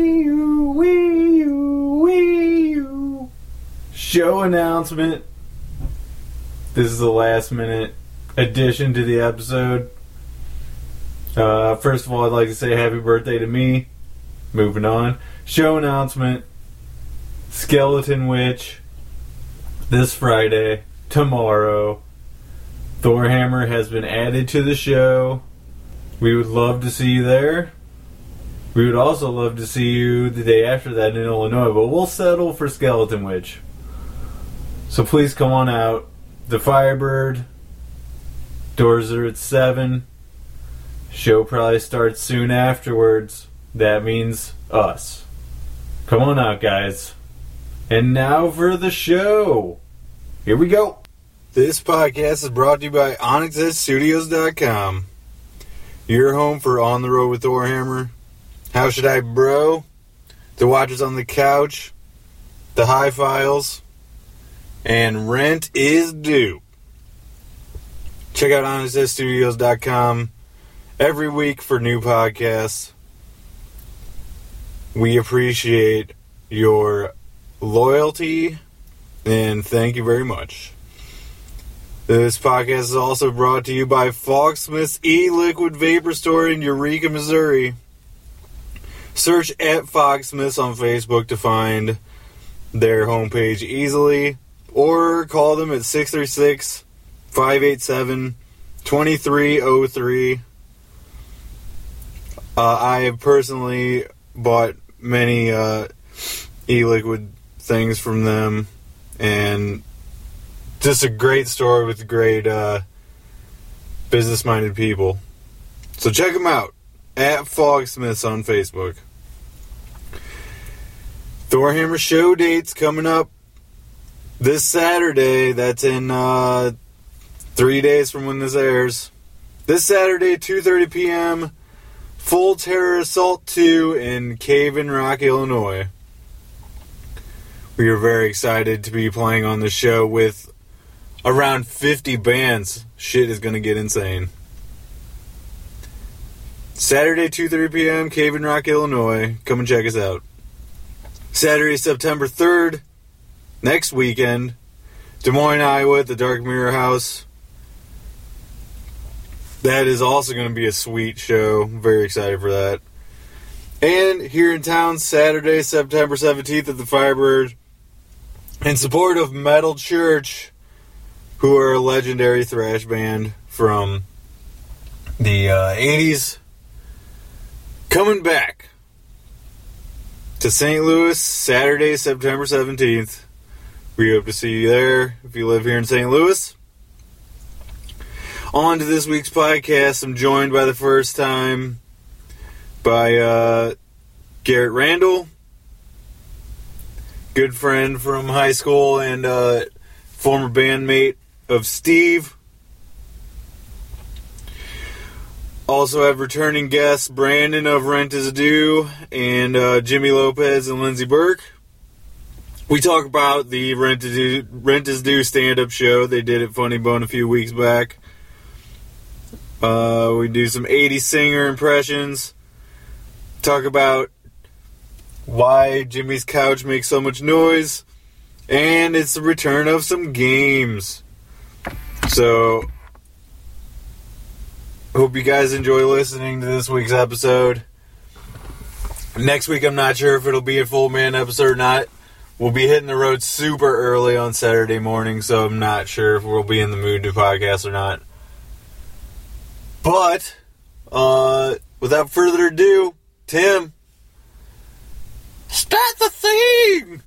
Wee-oo, wee-oo, wee-oo. Show announcement. This is the last minute addition to the episode. Uh, first of all, I'd like to say happy birthday to me. Moving on. Show announcement Skeleton Witch this Friday, tomorrow. Thorhammer has been added to the show. We would love to see you there. We would also love to see you the day after that in Illinois, but we'll settle for Skeleton Witch. So please come on out. The Firebird. Doors are at 7. Show probably starts soon afterwards. That means us. Come on out, guys. And now for the show. Here we go. This podcast is brought to you by OnyxStudios.com. Your home for On the Road with Thorhammer. How should I, bro? The Watchers on the Couch. The High Files. And Rent is Due. Check out OnyxStudios.com every week for new podcasts. We appreciate your loyalty and thank you very much. This podcast is also brought to you by Foxsmith's e liquid vapor store in Eureka, Missouri. Search at Foxsmith's on Facebook to find their homepage easily or call them at 636 587 2303. Uh, I have personally bought many uh, e-liquid things from them, and just a great store with great uh, business-minded people. So check them out at Fogsmiths on Facebook. Thorhammer show dates coming up this Saturday. That's in uh, three days from when this airs. This Saturday, 2:30 p.m. Full Terror Assault 2 in Cave in Rock, Illinois. We are very excited to be playing on the show with around 50 bands. Shit is going to get insane. Saturday, 2.30 p.m., Cave in Rock, Illinois. Come and check us out. Saturday, September 3rd, next weekend, Des Moines, Iowa at the Dark Mirror House. That is also going to be a sweet show. Very excited for that. And here in town, Saturday, September 17th at the Firebird, in support of Metal Church, who are a legendary thrash band from the uh, 80s, coming back to St. Louis, Saturday, September 17th. We hope to see you there if you live here in St. Louis. On to this week's podcast. I'm joined by the first time by uh, Garrett Randall, good friend from high school and uh, former bandmate of Steve. Also have returning guests Brandon of Rent Is Due and uh, Jimmy Lopez and Lindsey Burke. We talk about the Rent Is Due, Rent Is Due stand-up show they did at Funny Bone a few weeks back. Uh, we do some 80 singer impressions. Talk about why Jimmy's couch makes so much noise. And it's the return of some games. So, hope you guys enjoy listening to this week's episode. Next week, I'm not sure if it'll be a full man episode or not. We'll be hitting the road super early on Saturday morning, so I'm not sure if we'll be in the mood to podcast or not. But uh, without further ado, Tim, start the thing.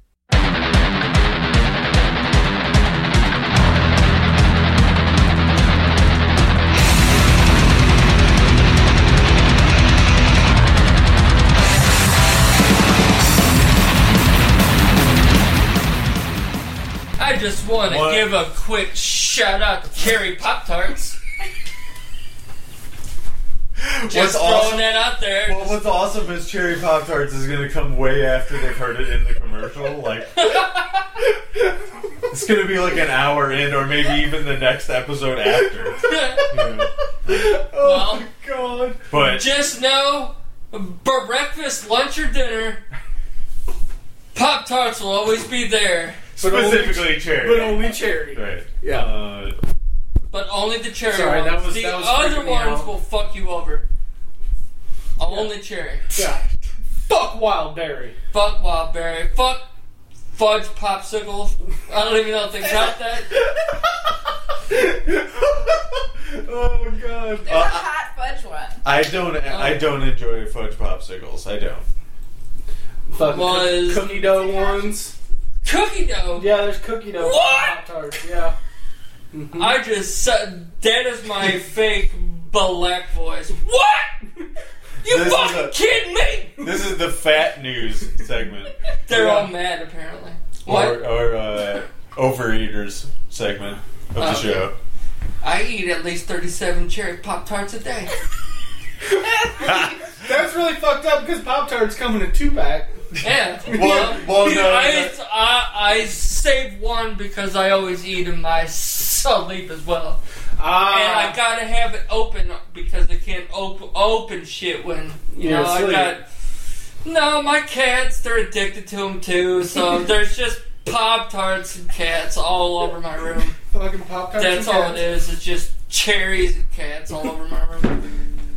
I just want to What? give a quick shout out to Carrie Pop Tarts. Just What's throwing awesome- that out there. Well, what's awesome is Cherry Pop Tarts is going to come way after they've heard it in the commercial. Like, it's going to be like an hour in, or maybe even the next episode after. You know. Well, God. But just know breakfast, lunch, or dinner, Pop Tarts will always be there, But only- Specifically cherry. But only charity. Right. Yeah. Uh, but only the cherry Sorry, ones. that was- the that was other freaking me ones out. will fuck you over. Only cherry. Yeah. Fuck wild berry. Fuck Wildberry. Fuck fudge popsicle. I don't even know if they got that. oh god. There's a hot fudge one. I don't. Oh. I don't enjoy fudge popsicles. I don't. Fucking Was- coo- cookie dough ones. Cookie dough. Yeah, there's cookie dough What? pop tarts. Yeah. I just said that is my fake black voice. What? You This is fucking a- kidding me? This is the fat news segment, They're Yeah. all mad apparently. What? or, or uh, overeaters segment of the Oh. show. I eat at least 37 cherry pop tarts a day. That's really fucked up because pop tarts come in a two pack. Yeah. Well- well, no, I, no. I, I save one because I always eat in my sleep as well. and Ah. I gotta have it open because they can't open open shit when you Yeah, know I silly. got. No, my cats they're addicted to them too. So there's just pop tarts and cats all over my room. fucking pop tarts. That's all it is. It's just cherries and cats all over my room.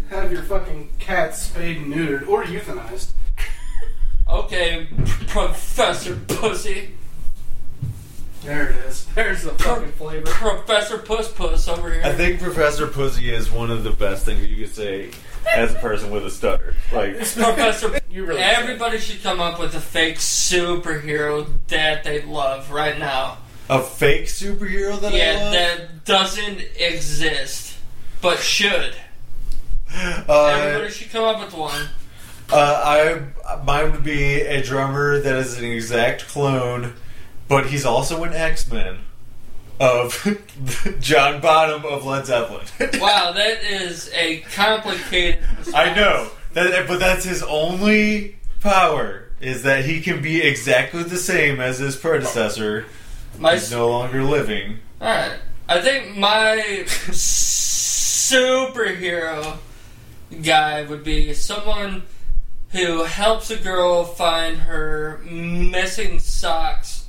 Have your fucking cat spayed and neutered or euthanized. Okay, Professor Pussy, There it is. There's the fucking flavor. Professor Puss Puss over here. I think Professor Pussy is one of the best things you could say as a person with a stutter. Like, Professor. You really. Everybody should come up with a fake superhero that they love right now. a fake superhero that I Yeah, love? that doesn't exist, but should. Everybody uh, should come up with one. uh, I, mine would be a drummer that is an exact clone, but he's also an X-Men of John Bonham of Led Zeppelin. Wow, that is a complicated. I know. That, but that's his only power, is that he can be exactly the same as his predecessor. My, He's no longer living. all right, I think my superhero guy would be someone who helps a girl find her missing socks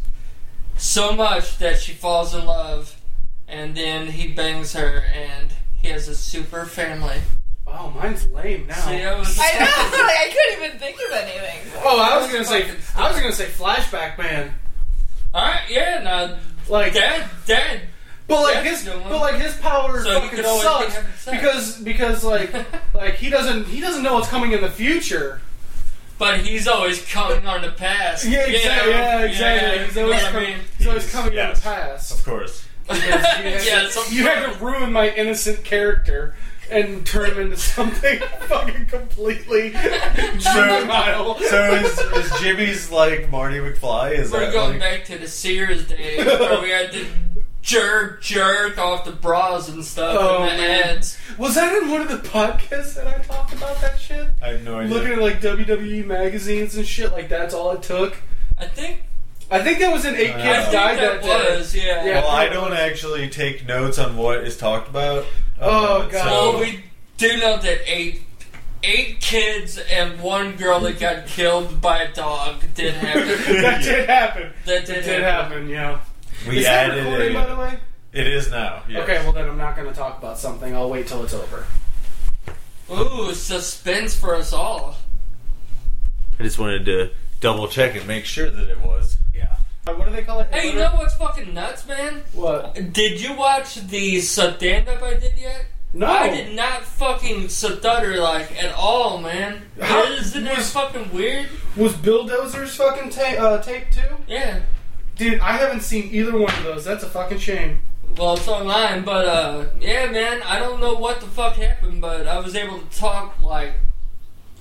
so much that she falls in love, and then he bangs her, and he has a super family. Wow, mine's lame now. See, I was- I know, like, I couldn't even think of anything. Oh, I was gonna say. I was gonna say Flashback Man. All right, yeah, now Like that that But like That's his, a good one. but like his power So you fucking could always be sucks having sex. because because like like he doesn't he doesn't know what's coming in the future. but he's always coming on the past. Yeah, exactly. yeah, he's you know always what I coming. mean? He's always coming in Yes. the past. Of course. Because you had Yeah, to- some- you had to ruin my innocent character and turn him into something fucking completely juvenile. So is, is Jimmy's like Marty McFly? Is We're that going like, back to the Sears days where we had to jerk jerk off the bras and stuff Oh, and the man. ads. Was that in one of the podcasts that I talked about that shit? I have no idea. Looking at like WWE magazines and shit, like that's all it took. I think I think that was in Eight Uh, I Kids think Died that, That, Day. was yeah. Yeah. well, I don't actually take notes on what is talked about. Oh, Uh, God. Well, so- we do know that eight eight kids and one girl that got killed by a dog did happen. that did happen. that did, It did happen, yeah. we Is that added recording, it. by the way? It is now. yes. Okay, well then I'm not going to talk about something. I'll wait till it's over. Ooh, suspense for us all. I just wanted to double check and make sure that it was. Yeah. Uh, What do they call it? Hey, you know what's fucking nuts, man? what? Did you watch the stand up I did yet? No. I did not fucking stutter like at all, man. How- Isn't that fucking weird? Was Bulldozer's fucking ta- uh, tape too? Yeah. Dude, I haven't seen either one of those. That's a fucking shame. Well, it's online, but uh, yeah, man. I don't know what the fuck happened, but I was able to talk like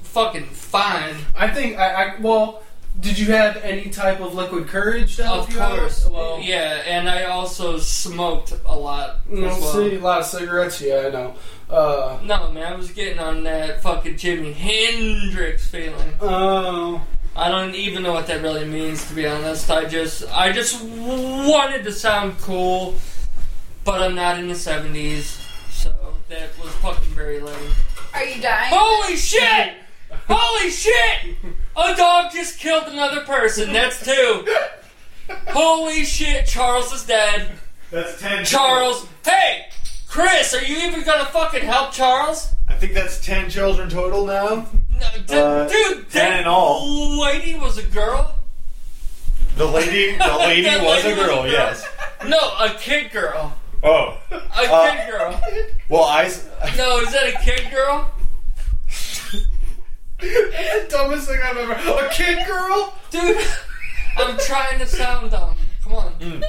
fucking fine. I think I, I well. Did you have any type of liquid courage to help Of you out? course. Well, Yeah, and I also smoked a lot as You don't well. mm, see a lot of cigarettes. Yeah, I know. Uh, No, man, I was getting on that fucking Jimi Hendrix feeling. oh, I don't even know what that really means, to be honest. I just, I just wanted to sound cool, but I'm not in the '70s, so that was fucking very lame. Oh. Are you dying? Holy shit! Holy shit! A dog just killed another person. That's two. Holy shit, Charles is dead. That's ten. Charles, hey! Chris, are you even gonna fucking help Charles? I think that's ten children total now. No, d- Uh, dude, ten that in all. lady was a girl? The lady, the lady That was a lady was a girl. girl. Yes. No, a kid girl. Oh. A Uh, kid girl. Well, I. s- No, is that a kid girl? It's the dumbest thing I've ever. A kid girl? Dude, I'm trying to sound dumb. Come on.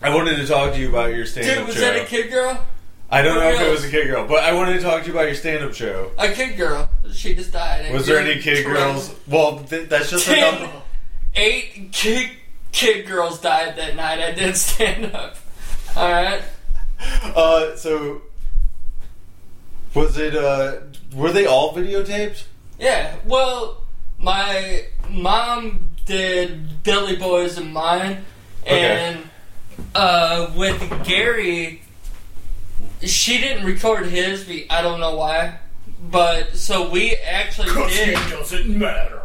I wanted to talk to you about your stand-up Dude, was show. that a kid girl? I don't know if it Really? was a kid girl, but I wanted to talk to you about your stand-up show. A kid girl. She just died. Was there Dude, any kid Chris. girls? Well, th- that's just a Ten, number. eight kid, kid girls died that night. I didn't stand up. Alright? Uh, so was it? Uh, were they all videotaped? Yeah, well, my mom did Billy Boys and mine, and uh, with Gary, she didn't record his. be- I don't know why, but so we actually did. doesn't matter.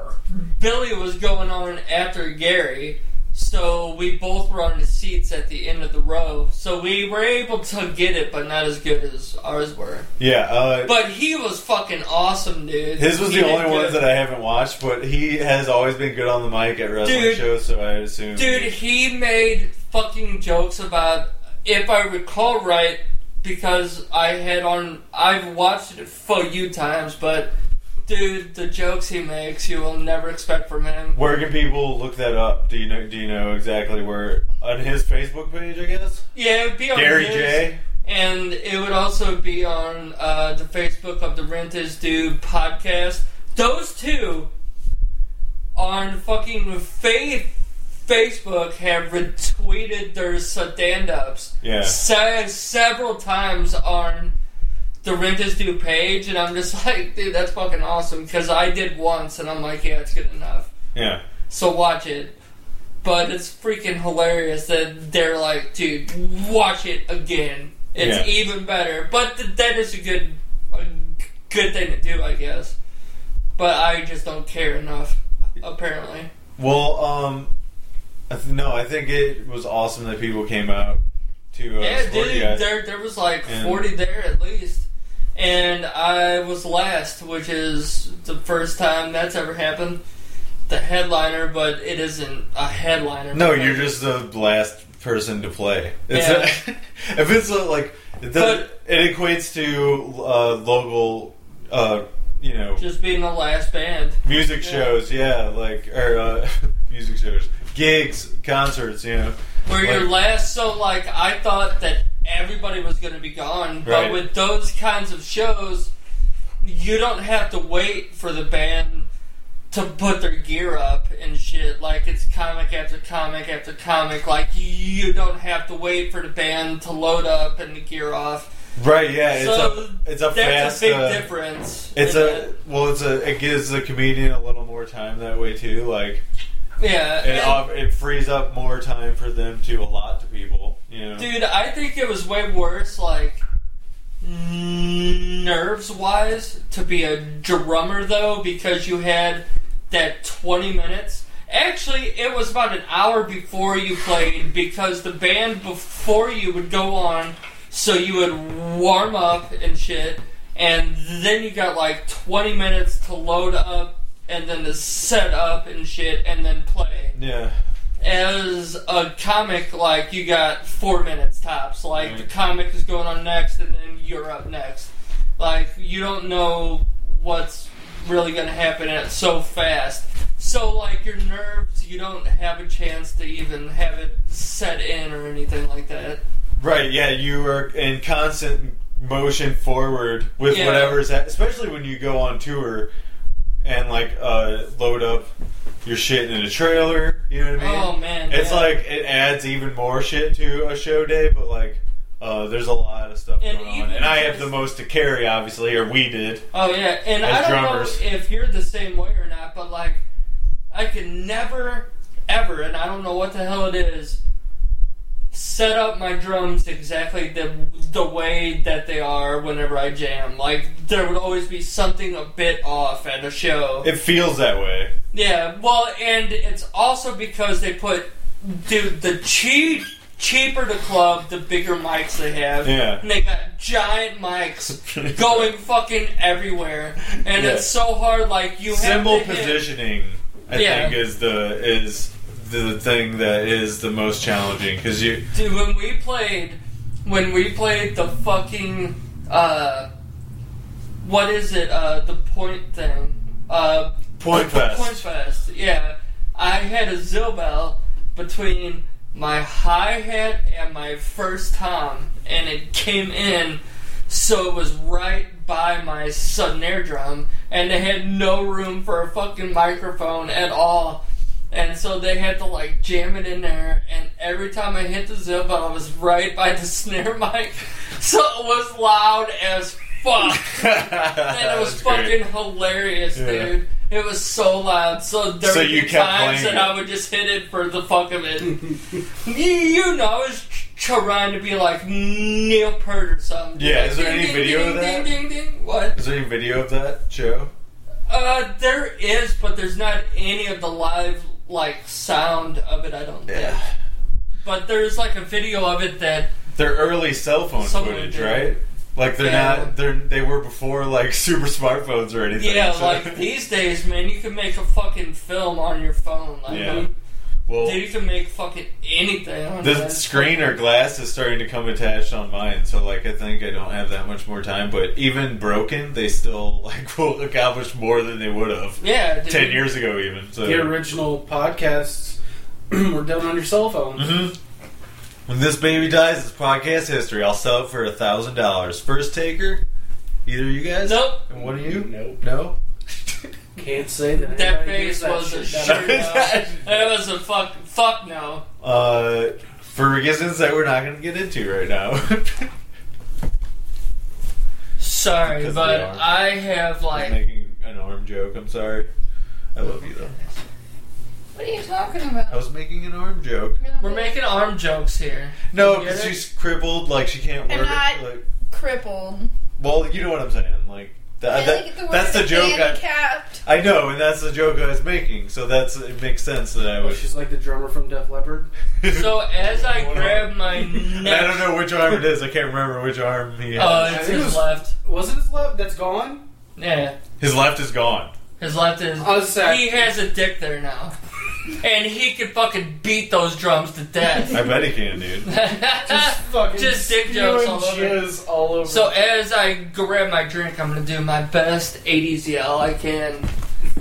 Billy was going on after Gary, so we both were on the seats at the end of the row. So we were able to get it, but not as good as ours were. Yeah. Uh, But he was fucking awesome, dude. his was He the did only good. ones that I haven't watched, but he has always been good on the mic at wrestling Dude. shows, so I assume. Dude, he made fucking jokes about, if I recall right, because I had on, I've watched it a few times, but dude, the jokes he makes, you will never expect from him. Where can people look that up? Do you know? Do you know exactly where on his Facebook page? I guess Yeah, it'd be on Gary his, J. and it would also be on uh, the Facebook of the Rent Is Due podcast. Those two on fucking fa- Facebook have retweeted their stand ups Yeah. se- several times on the Rent Is Due page, and I'm just like, dude, that's fucking awesome because I did once, and I'm like, yeah, it's good enough. Yeah. So watch it. But it's freaking hilarious that they're like, dude, watch it again. It's Yeah. even better. But th- that is a good, a good thing to do, I guess. But I just don't care enough, apparently. Well, um, I th- no, I think it was awesome that people came out to uh, yeah, support dude, you guys. there there was like And- forty there at least, and I was last, which is the first time that's ever happened. The headliner, but it isn't a headliner. No, but- you're just the last person to play. It's Yeah. if it's uh, like it, does, But- it equates to uh, local, uh, you know, just being the last band. music yeah. shows. Yeah, like or uh, music shows, gigs, concerts. You know, Where your Like- last, so like I thought that everybody was going to be gone, Right. but with those kinds of shows, you don't have to wait for the band to put their gear up and shit. Like it's comic after comic after comic. Like you don't have to wait for the band to load up and to gear off. right? Yeah, so it's a it's a that's fast. a big uh, difference. It's in a well. It's a it gives the comedian a little more time that way too. Like that. yeah. it, and- off- it frees up more time for them to allot to people. You know, Dude, I think it was way worse, like nerves wise, to be a drummer though, because you had that twenty minutes. Actually, it was about an hour before you played because the band before you would go on, so you would warm up and shit, and then you got like twenty minutes to load up and then to set up and shit, and then play yeah. as a comic, like you got four minutes tops. Like the comic is going on next, and then you're up next. Like you don't know what's really going to happen, and it's so fast. So like your nerves, you don't have a chance to even have it set in or anything like that. Right, yeah, you are in constant motion forward with Yeah. whatever's at, especially when you go on tour and like uh, load up your shit in a trailer. You know what I mean? Oh man, it's yeah. like it adds even more shit to a show day, but like uh, there's a lot of stuff And going on, even and I have just- the most to carry, obviously, or we did. Oh yeah, and As I don't drummers. know if you're the same way or not, but like, I can never, ever, and I don't know what the hell it is, set up my drums exactly the the way that they are whenever I jam. Like there would always be something a bit off at a show. It feels that way. Yeah, well, and it's also because they put, dude, the cheap, cheaper the club, the bigger mics they have. Yeah. And they got giant mics going fucking everywhere, and Yeah. it's so hard. Like you Symbol have to hit- positioning, I Yeah. think, is the is the thing that is the most challenging because you Dude, when we played, when we played the fucking, uh, what is it? Uh, the point thing. Uh, point fest. Point fest. Yeah, I had a zilbel between my hi hat and my first tom, and it came in, so it was right by my sudden air drum, and they had no room for a fucking microphone at all. And so they had to like jam it in there, and every time I hit the zilbel, I was right by the snare mic, so it was loud as fuck. And it That's was great. fucking hilarious, Yeah. dude. It was so loud. So there So would you be kept times playing that it. I would just hit it for the fuck of it. you, you know, I was tr- trying to be like Neil Peart or something. Yeah, Like, is there ding, any ding, video ding, of that? Ding, ding, ding. What? Is there any video of that show? Uh, there is, but there's not any of the live like sound of it. I don't Yeah. think. But there's like a video of it that They're early cell phone Someone footage, did. right? Like they're Yeah. not they're they were before like super smartphones or anything. yeah, so- like these days, man, you can make a fucking film on your phone. Like, Yeah. who well, Dude, you can make fucking anything. on the that. screen or glass is starting to come attached on mine, so like I think I don't have that much more time. But even broken, they still like will accomplish more than they would have Yeah, dude. ten years ago, even. So The original podcasts were done on your cell phone. Mhm. When this baby dies, it's podcast history. I'll sell it for a thousand dollars. First taker, either of you guys. Nope. And what are you? Nope. No. Can't say that. That anybody face did that was a shit. sure no. It was a fuck. Fuck no. Uh, for reasons that we're not going to get into right now. Sorry, Because but they are. I have I'm like. making an arm joke. I'm sorry. I love you though. What are you talking I about? was making an arm joke. We're making arm jokes here. No, You get because it? she's crippled. Like she can't I'm work. not- Like, crippled. well, you know what I'm saying. Like Uh, that, Really? that- The word that's the joke. I, Handicapped. I know, and that's the joke I was making. So that's it makes sense that I Oh, was. she's like the drummer from Def Leppard. So as I Hold on. grab my And neck, I don't know which arm it is. I can't remember which arm he has. Uh, it's I think it his was- left. Was it his left? That's gone. Yeah, His left is gone. his left is. I was sad. He has a dick there now, and he could fucking beat those drums to death. I bet he can, dude. Just fucking Just dick jokes spewing all over. jizz all over. So as I grab my drink, I'm gonna do my best 80s yell I can,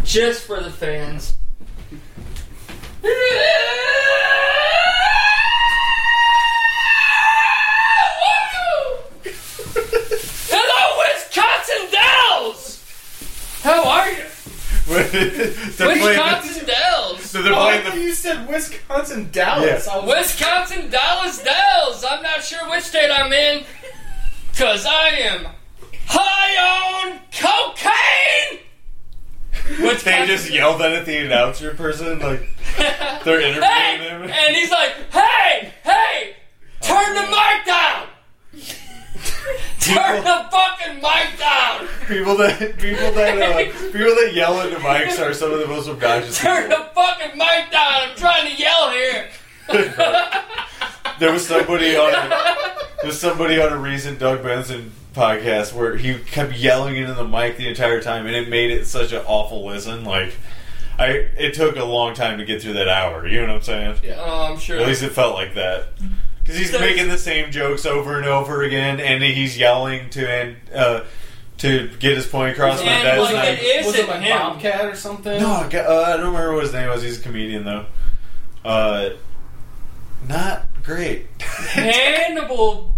just for the fans. Hello, Wisconsin Dells. How are you, they're playing. Wisconsin Dells? So they're Oh, I playing thought the. you said Wisconsin, Dallas. Yeah. I was Wisconsin Dallas Dells. I'm not sure which state I'm in, cause I am high on cocaine. They Wisconsin- just yelled that at the announcer person. Like they're interviewing hey, him. and he's like, hey, hey, turn Oh, the mic down. Turn the fucking mic down. People that people that uh, people that yell into mics are some of the most obnoxious. Turn People. the fucking mic down. I'm trying to yell here. There was somebody on a, there's somebody on a recent Doug Benson podcast where he kept yelling into the mic the entire time, and it made it such an awful listen. Like I, it took a long time to get through that hour. You know what I'm saying? Oh, I'm sure. At least it felt like that. Because he's So- making the same jokes over and over again, and he's yelling to and uh, to get his point across. but And, that's like, not- it is- was it like him? Bobcat or something? No, I, ca- uh, I don't remember what his name was. He's a comedian though. Uh, not great. Hannibal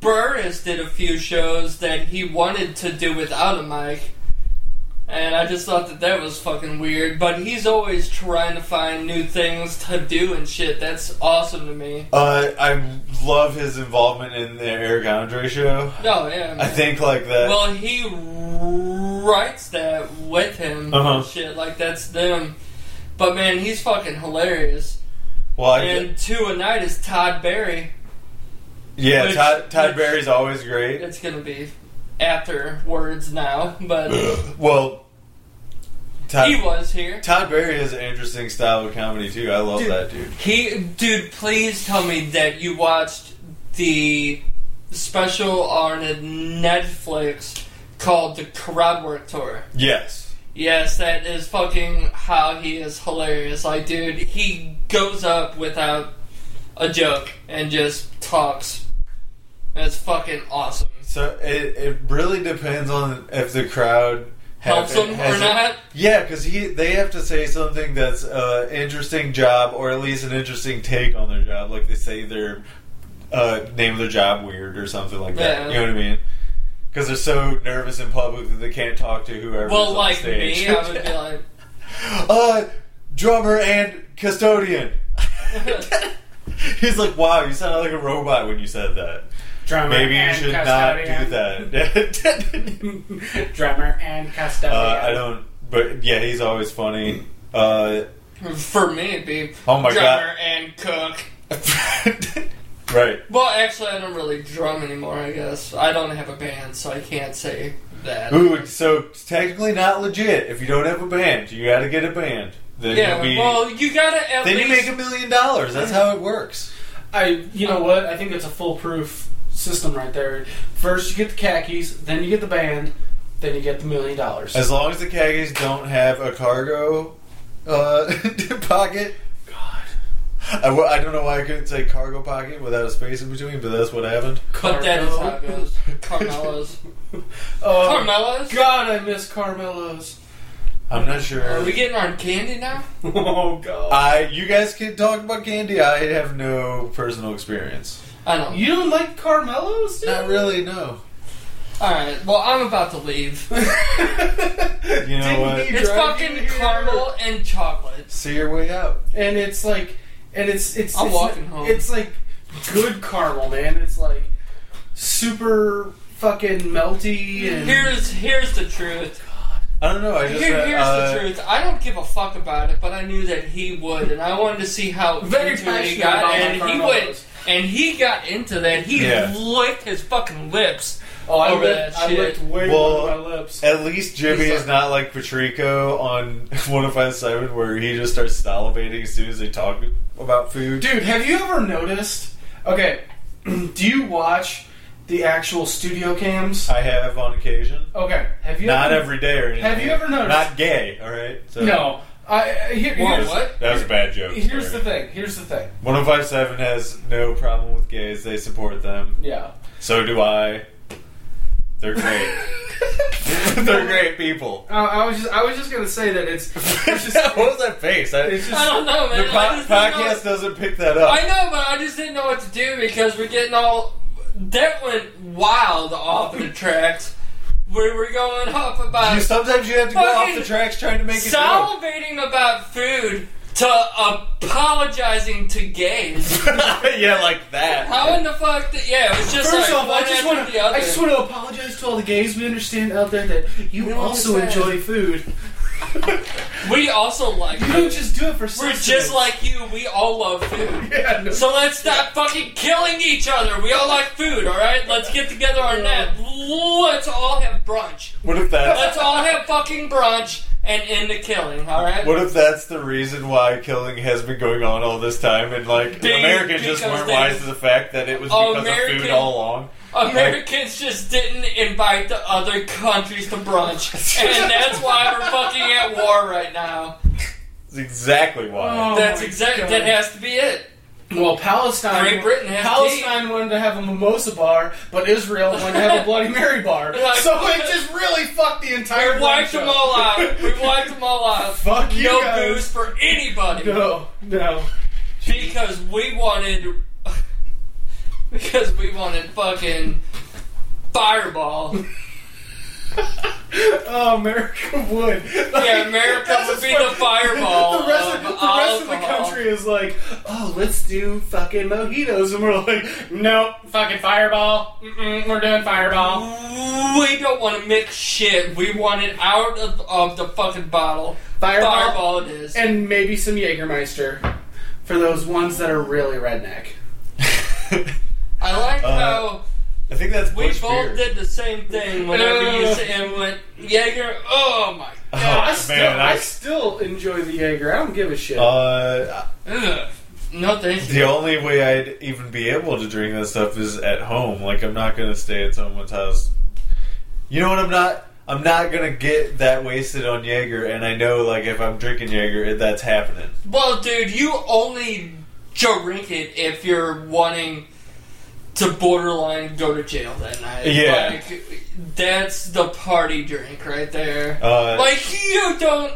Burris did a few shows that he wanted to do without a mic. And I just thought that that was fucking weird. But he's always trying to find new things to do and shit. That's awesome to me. Uh, I love his involvement in the Eric Andre show. No, yeah. Man. I think like that. Well, he writes that with him Uh-huh. and shit. Like, that's them. But man, he's fucking hilarious. Well, I, And two a night is Todd Berry. yeah, which- Todd, Todd which- Barry's always great. It's gonna be afterwards now, but Well, Todd, he was here. Todd Barry has an interesting style of comedy too. I love Dude. that dude. He, dude, please tell me that you watched the special on Netflix called the Karate Work Tour. Yes. Yes, that is fucking how he is hilarious. Like, dude, he goes up without a joke and just talks. That's fucking awesome. So it, it really depends on if the crowd have- Helps him has or a- not? Yeah, because he they have to say something that's uh, interesting job or at least an interesting take on their job. Like they say their uh, name of their job weird or something like that. Yeah. You know what I mean? Because they're so nervous in public that they can't talk to whoever. Well, on like stage. me, I would be like, uh, drummer and custodian. He's like, wow, you sounded like a robot when you said that. Drummer Maybe you and should not do custodian. that. Drummer and custodian. uh, I don't, but yeah, he's always funny. Uh, for me, it'd be Oh my drummer and cook. right. Well, actually, I don't really drum anymore, I guess. I don't have a band, so I can't say that. Ooh, so it's technically not legit. If you don't have a band, you gotta get a band. Then yeah, you'll be, well, you gotta at then you least. make a million dollars. That's how it works. I you know what? I think it's a foolproof system right there. First you get the khakis, then you get the band, then you get the million dollars. As long as the khakis don't have a cargo uh, pocket. God. I, wa- I don't know why I couldn't say cargo pocket without a space in between, but that's what happened. but that is how it Carmelo. goes. Carmelos. Oh Carmelos? God, I miss Carmelo's. I'm not sure. Are we getting our candy now? Oh God. I you guys can talk about candy. I have no personal experience. I don't. you don't like Carmelo's? Dude? Not really. No. Alright, well, I'm about to leave. You know what? It's fucking caramel and chocolate. See your way out. and it's like, and it's it's. I'm it's walking home. It's like good caramel, man. It's like super fucking melty and. Here's here's the truth. I don't know. I just Here, here's uh, the truth. I don't give a fuck about it, but I knew that he would, and I wanted to see how Very into it he passionate got, about and my he Carmelos. went, and he got into that. He Yeah. licked his fucking lips. Oh, I over licked, that I shit. licked way Well, more than my lips. At least Jimmy He's is like- not like Patrico on 105.7 where he just starts salivating as soon as they talk about food. Dude, have you ever noticed? Okay, do you watch the actual studio cams? I have on occasion. Okay, have you Not ever, every day or anything. Have you ever noticed- Not gay, alright? So No, I I- here, Whoa, here's, what? That was a bad joke. Here's the sorry. thing. Here's the thing. 1057 has no problem with gays. They support them. Yeah. So do I. They're great. They're great people. Uh, I was just I was just gonna say that it's it's just, what was that face? I, it's just I don't know, man. the I po- just didn't know- podcast doesn't pick that up. I know, but I just didn't know what to do because we're getting all that went wild off the tracks. We were going up You- about sometimes you have to go off Fucking the tracks trying to make it. salivating about food to apologizing to gays. yeah, like that. How in the fuck? Th- yeah, it was just First like off, I one just after want the to other. I just want to apologize to all the gays. We understand out there that you We also understand. enjoy food. we also like You don't food. just do it for. We're sustenance. just like you. We all love food. Yeah, no. So let's stop fucking killing each other. We all like food, all right? Let's get together on that. Let's all have brunch. What if Let's that's all have fucking brunch and end the killing, alright? What if that's the reason why killing has been going on all this time, and like Be- Americans just because weren't they- wise to the fact that it was Oh, because of American- food all along? Americans just didn't invite the other countries to brunch. And that's why we're fucking at war right now. That's exactly why. Oh That's my exactly God. that has to be it. Well, Palestine. Great Britain has Palestine wanted to have a mimosa bar, but Israel wanted to have a Bloody Mary bar. Like- so it just really fucked the entire. We wiped brunch them up. all out. We wiped them all out. Fuck you No guys. booze for anybody. No, no. Because we wanted. Because we wanted fucking. Fireball. Oh, America would. Yeah, America That's would just be the what- fireball. The rest, of, of, the, alcohol. rest of the country is like, oh, let's do fucking mojitos, and we're like, no, fucking fireball. Mm-mm, we're doing fireball. We don't want to mix shit. We want it out of, of the fucking bottle. Fireball. Fireball it is. and maybe some Jägermeister for those ones that are really redneck. I like Uh, how I think that's We Bush beer. both did the same thing whenever Uh, you said and went Jaeger. Oh my Oh, I god! still, man, I, I- still enjoy the Jaeger. I don't give a shit. Uh, Ugh. No thank the you. only way I'd even be able to drink that stuff is at home. Like I'm not gonna stay at someone's house. You know what? I'm not. I'm not gonna get that wasted on Jaeger, and I know like if I'm drinking Jaeger, that's happening. Well, dude, you only drink it if you're wanting to borderline go to jail that night. Yeah. Like, that's the party drink right there. Uh, Like you don't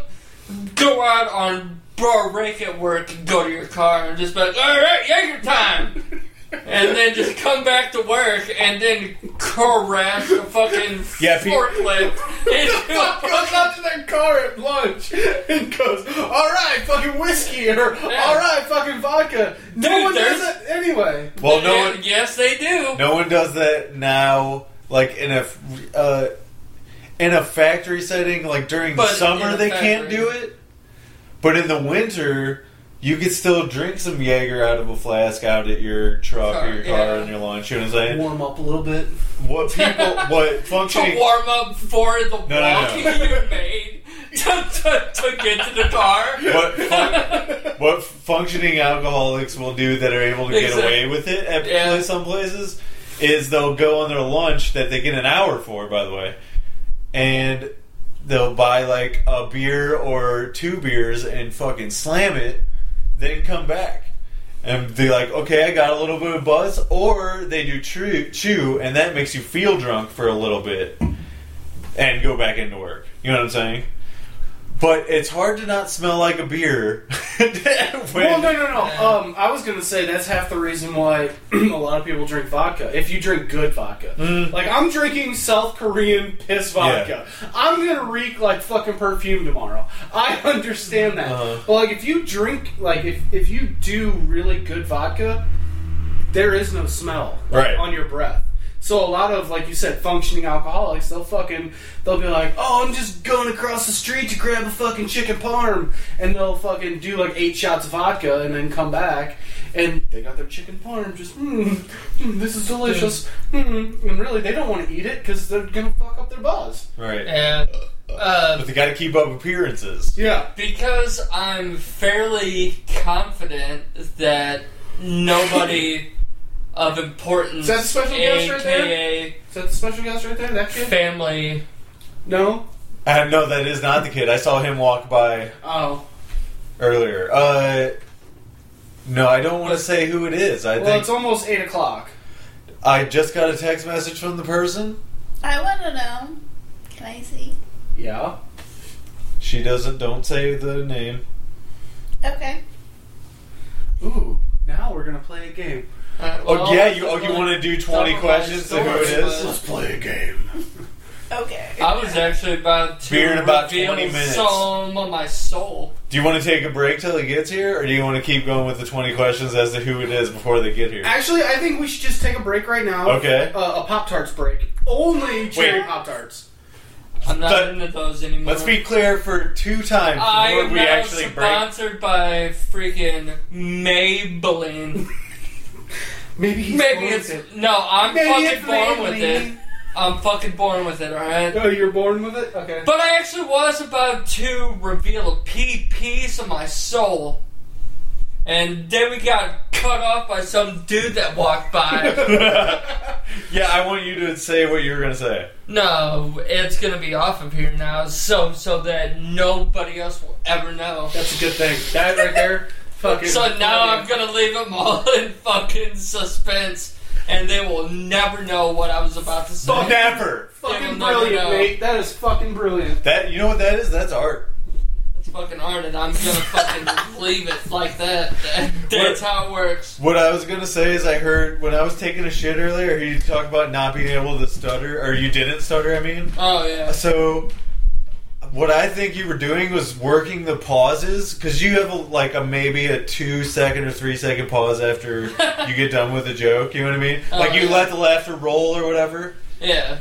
go out on bar break at work and go to your car and just be like, all right, Jaeger time, and then just come back to work and then caress the fucking Yeah, pe- forklift. into a Fuck goes out to their car at lunch and goes, "All right, fucking whiskey," or "All right, fucking vodka." No Dude, one does there's- that anyway. well, no Yeah, one. yes, they do. No one does that now. Like in a uh, in a factory setting, like during the But in summer, a they can't factory. do it. But in the winter, you could still drink some Jaeger out of a flask out at your truck Car, or your yeah. car on your launch. You know what I'm saying? Warm up a little bit. What people, what functioning? To warm up for the walk no, no. you made to, to, to get to the car. What, fun- what functioning alcoholics will do that are able to get Exactly. away with it at Yeah. pla- some places is they'll go on their lunch that they get an hour for, by the way, and they'll buy like a beer or two beers and fucking slam it, then come back. And they're like, okay, I got a little bit of buzz, or they do chew, chew, and that makes you feel drunk for a little bit, and go back into work. You know what I'm saying? But it's hard to not smell like a beer. when, Well, no, no, no. Um, I was gonna say that's half the reason why a lot of people drink vodka. If you drink good vodka, Mm. like I'm drinking South Korean piss vodka, I'm gonna reek like fucking perfume tomorrow. I understand that. Uh-huh. But like, if you drink, like if if you do really good vodka, there is no smell like, Right. on your breath. So a lot of like you said, functioning alcoholics, they'll fucking they'll be like, oh, I'm just going across the street to grab a fucking chicken parm, and they'll fucking do like eight shots of vodka and then come back. And they got their chicken parm, just mm, mm, this is delicious. Mm. And really, they don't want to eat it because they're gonna fuck up their buzz. right. And uh, But they got to keep up appearances. Yeah, because I'm fairly confident that nobody of importance, Is that a special guest right there? aka is that the special guest right there? That kid? family. No. Uh, no, that is not the kid. I saw him walk by Oh, earlier. Uh, no, I don't want to say who it is. I well, it's think almost eight o'clock. I just got a text message from the person. I want to know. Can I see? Yeah. She doesn't. Don't say the name. Okay. Ooh. Now we're gonna play a game. Uh, Oh well, yeah, you. Oh, you want to do twenty someone questions to who it likes is? play a game. Okay. I was actually about to Be here in about reveal 20 minutes. some of my soul. Do you want to take a break till he gets here, or do you want to keep going with the twenty questions as to who it is before they get here? Actually, I think we should just take a break right now. Okay. Uh, a Pop Tarts break. Only cherry Pop Tarts. I'm not But- into those anymore. Let's be clear for two times I before am we now actually break. sponsored by freaking Maybelline. Maybe he's Maybe going it's with it. no. I'm Maybe fucking it's born with Maybelline. it. I'm fucking born with it. All right. Oh, you're born with it. Okay. But I actually was about to reveal a pee piece of my soul. And then we got cut off by some dude that walked by. yeah, I want you to say what you were gonna say. no, it's gonna be off of here now, so so that nobody else will ever know. That's a good thing. That right there. Fucking. So now I'm gonna leave them all in fucking suspense, and they will never know what I was about to say. Never. They will fucking never brilliant, know. mate. That is fucking brilliant. That you know what that is? That's art. It's fucking art, and I'm gonna fucking leave it like that. That's how it works. What I was gonna say is I heard when I was taking a shit earlier, you talk about not being able to stutter, or you didn't stutter. I mean, Oh yeah. so what I think you were doing was working the pauses because you have a, like a maybe a two second or three second pause after you get done with a joke. You know what I mean? Oh, like you yeah. let the laughter roll or whatever. Yeah.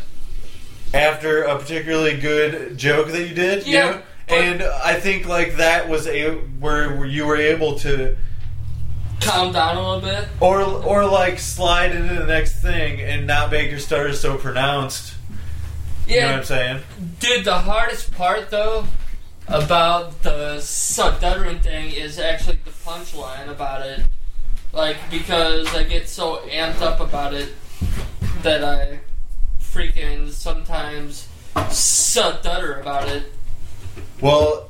after a particularly good joke that you did. Yeah, You know? but- And I think like that was a where you were able to calm down a little bit. Or or like slide into the next thing and not make your stutters so pronounced. You know what Yeah, I'm saying? dude. The hardest part though about the stuttering thing is actually the punchline about it. Like because I get so amped up about it that I freaking sometimes stutter about it. Well,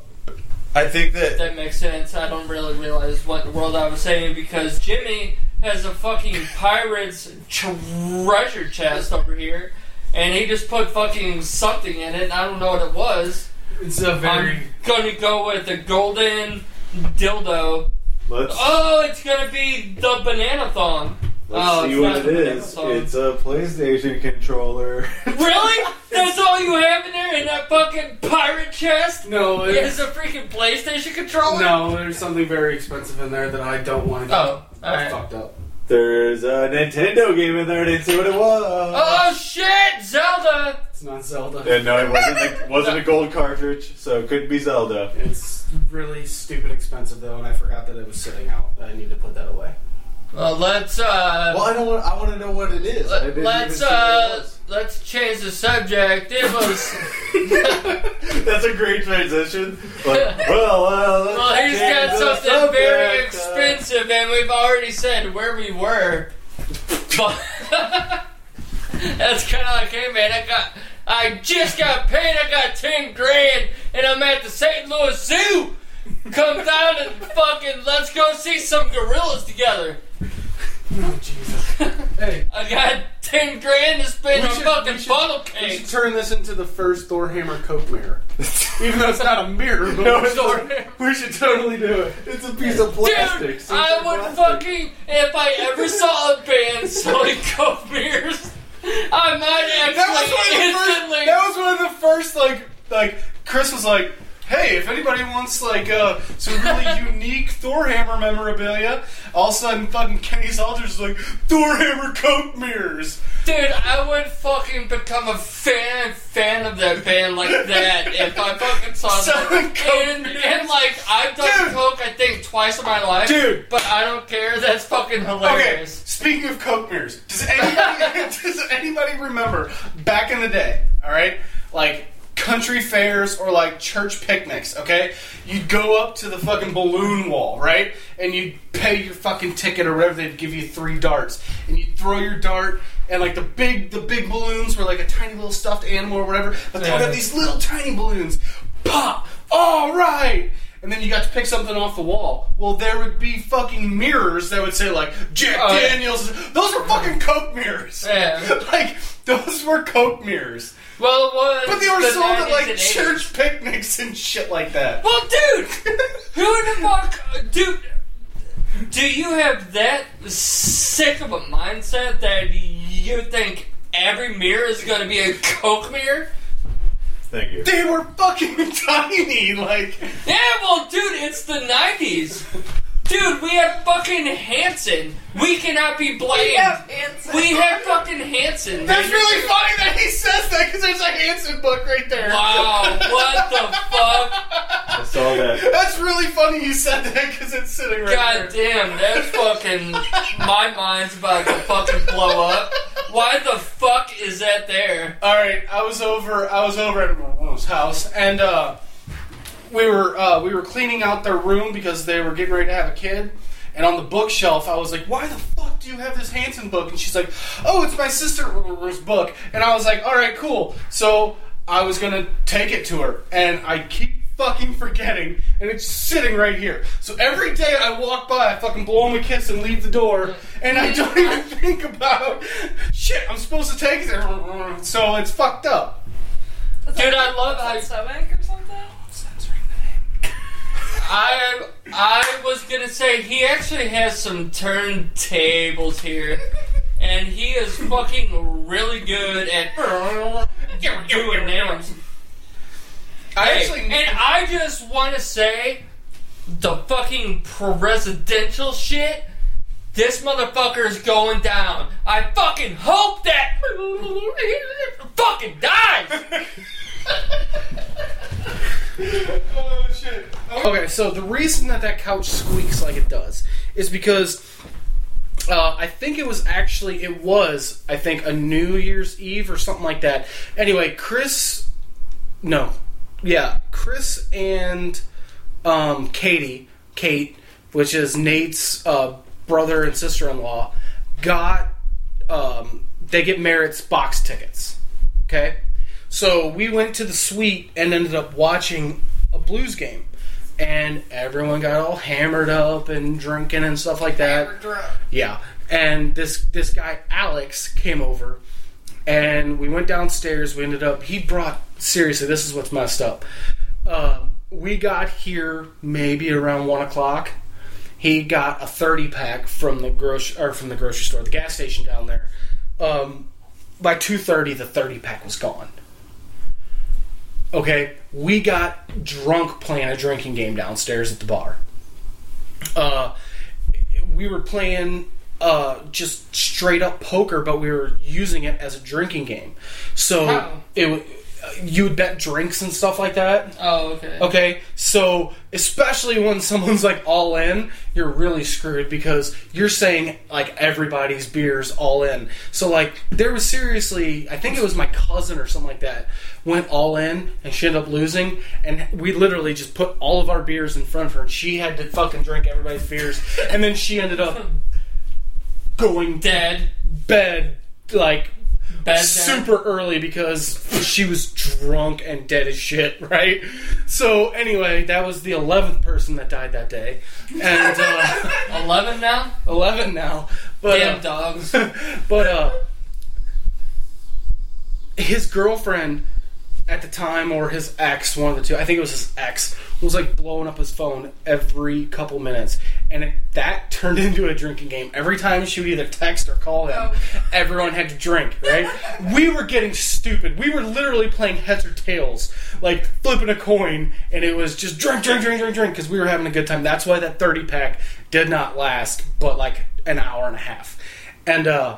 I think that If that makes sense. I don't really realize what in the world I was saying because Jimmy has a fucking pirate's treasure chest over here, and he just put fucking something in it. And I don't know what it was. It's a very. I'm gonna go with the golden dildo. Let's Oh, it's gonna be the banana thong. let's oh, see it's what not it the banana is. thong. It's a PlayStation controller. really? That's all you have in there in that fucking pirate chest? No, It's it's, a freaking PlayStation controller. no, there's something very expensive in there that I don't want to. Oh, all right. That's fucked up. There's a Nintendo game in there. I didn't see what it was. Oh shit, Zelda! It's not Zelda. Oh! Yeah, no, it wasn't. A, wasn't a gold cartridge, so it couldn't be Zelda. It's really stupid expensive though, and I forgot that it was sitting out. I need to put that away. Well, let's uh, Well, I don't. Want, I want to know what it is. I didn't even let's see what it uh, was. let's change the subject. It was That's a great transition. Like, well, uh, let's well, he's change got the something subject, very uh, expensive, and we've already said where we were. But that's kind of like, hey man, I got, I just got paid. I got ten grand, and I'm at the St. Louis Zoo. Come down and fucking let's go see some gorillas together. Oh Jesus! hey, I got ten grand to spend We on should- fucking we should- funnel we should cakes. turn this into the first Thor Hammer Coke mirror, even though it's not a mirror. But no, it's not. we should totally do it. It's a piece of plastic. Dude, so it's I a would plastic. fucking if I ever saw a band selling Coke beers, I might actually That was one instantly. of the first. That was one of the first. Like, like Chris was like, "Hey, if anybody wants like uh, some really unique Thor Hammer memorabilia," all of a sudden, fucking Kenny Salters is like, "Thor Hammer Coke mirrors." dude, I would fucking become a fan fan of that band like that if I fucking saw Selling them. Coke And, beers. and like I've done Dude. coke, I think twice in my life, Dude. But I don't care. That's fucking Okay, hilarious. speaking of Coke mirrors, does anybody does anybody remember back in the day? All right, like country fairs or like church picnics. Okay, you'd go up to the fucking balloon wall, right, and you'd pay your fucking ticket or whatever. They'd give you three darts, and you'd throw your dart. And like the big, the big balloons were like a tiny little stuffed animal or whatever, but they would Yeah. have these little tiny balloons. Pop! All right! And then you got to pick something off the wall. Well, there would be fucking mirrors that would say like Jack Oh, yeah. Daniels. Those were fucking Coke mirrors. Yeah. like those were Coke mirrors. Well, what? But they were the sold at 90s like and 80s. church picnics and shit like that. Well, dude, who the fuck, dude? Do you have that sick of a mindset that you think every mirror is going to be a Coke mirror? Thank you. They were fucking tiny. Like Yeah, well, dude, it's the '90s. Dude, we have fucking Hanson. We cannot be blamed. We have Hanson. We have fucking Hanson. that's man. really funny that he says that because there's a Hanson book right there. Wow, what the fuck? I saw that. That's really funny you said that because it's sitting right God there. damn, that's fucking. My mind's about to fucking blow up. Why the fuck is that there? All right, I was over. I was over at my mom's house, and uh, we were uh, we were cleaning out their room because they were getting ready to have a kid. And on the bookshelf, I was like, "Why the fuck do you have this Hanson book?" And she's like, "Oh, it's my sister's book." And I was like, "All right, cool." So I was gonna take it to her, and I keep fucking forgetting, and it's sitting right here. So every day I walk by, I fucking blow him a kiss and leave the door, and I don't even think about shit. I'm supposed to take it, so it's fucked up. Dude, I love Is that how stomach or something? I I was gonna say he actually has some turntables here, and he is fucking really good at doing names. I Hey, actually and I just want to say the fucking presidential shit. This motherfucker is going down. I fucking hope that fucking dies. oh shit. Okay, so the reason that that couch squeaks like it does is because uh, I think it was actually it was I think a New Year's Eve or something like that. Anyway, Chris, no, yeah, Chris and um, Katie, Kate, which is Nate's uh, brother and sister-in-law, got um, they get Merritt's box tickets. Okay. So we went to the suite and ended up watching a blues game. And everyone got all hammered up and drinking and stuff like that. Yeah. And this this guy Alex came over and we went downstairs. We ended up he brought seriously, this is what's messed up. Um, we got here maybe around one o'clock. He got a thirty pack from the grocery or from the grocery store, the gas station down there. Um, by two thirty, the thirty pack was gone. Okay, we got drunk playing a drinking game downstairs at the bar. Uh, we were playing uh, just straight up poker, but we were using it as a drinking game. So Wow. it w- you would bet drinks and stuff like that. Oh, okay. Okay, so especially when someone's like all in, you're really screwed because you're saying like everybody's beers all in. So like there was seriously, I think it was my cousin or something like that went all in and she ended up losing, and we literally just put all of our beers in front of her, and she had to fucking drink everybody's beers, and then she ended up going to Dead. bed like Bed. down. super early because she was drunk and dead as shit, right? So anyway, that was the eleventh person that died that day, and uh, Eleven now. eleven now. But Damn uh, dogs. but uh, his girlfriend at the time, or his ex, one of the two, I think it was his ex, was like blowing up his phone every couple minutes. And it, that turned into a drinking game. Every time she would either text or call him, everyone had to drink, right? we were getting stupid. We were literally playing heads or tails, like flipping a coin, and it was just drink, drink, drink, drink, drink, because we were having a good time. That's why that 30 pack did not last but like an hour and a half. And, uh,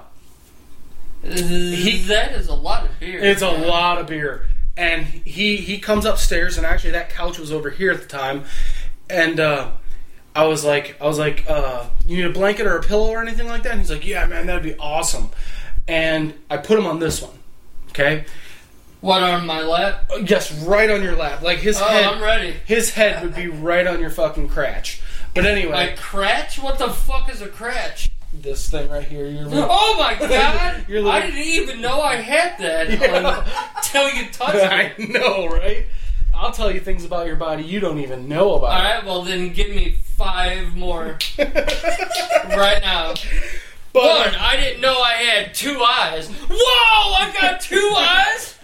that is a lot of beer. it's a lot of beer. And he he comes upstairs, and actually that couch was over here at the time. And uh, I was like, I was like, uh, you need a blanket or a pillow or anything like that. And he's like, yeah, man, that'd be awesome. And I put him on this one. Okay. What on my lap? Uh, Yes, right on your lap. Like his Oh, head, I'm ready. his head would be right on your fucking crotch. But A anyway, cratch? What the fuck is a cratch? this thing right here, you're Oh my god! You're like- I didn't even know I had that until you touched I it. know, right? I'll tell you things about your body you don't even know about. All right, well then give me five more right now. One, I didn't know I had two eyes. Whoa! I got two eyes.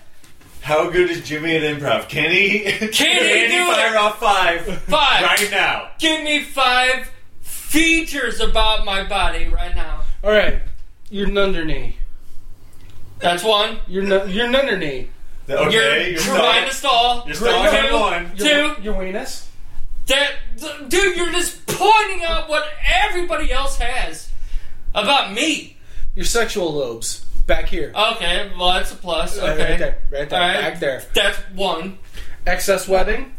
How good is Jimmy at improv? Can he? Can, he do it? fire off five Five. right now? Give me five features about my body right now. All right, you're nunder knee. That's one. You're nu- you're nunder knee. Okay, you're you're trying stuck. to stall. You're still on Two. one. Your, Two. your weenus. That, th- dude, you're just pointing out what everybody else has about me. Your sexual lobes back here. Okay, well that's a plus. Right- Right Oh, Okay, there, right there, All right. back there. that's one. Excess webbing,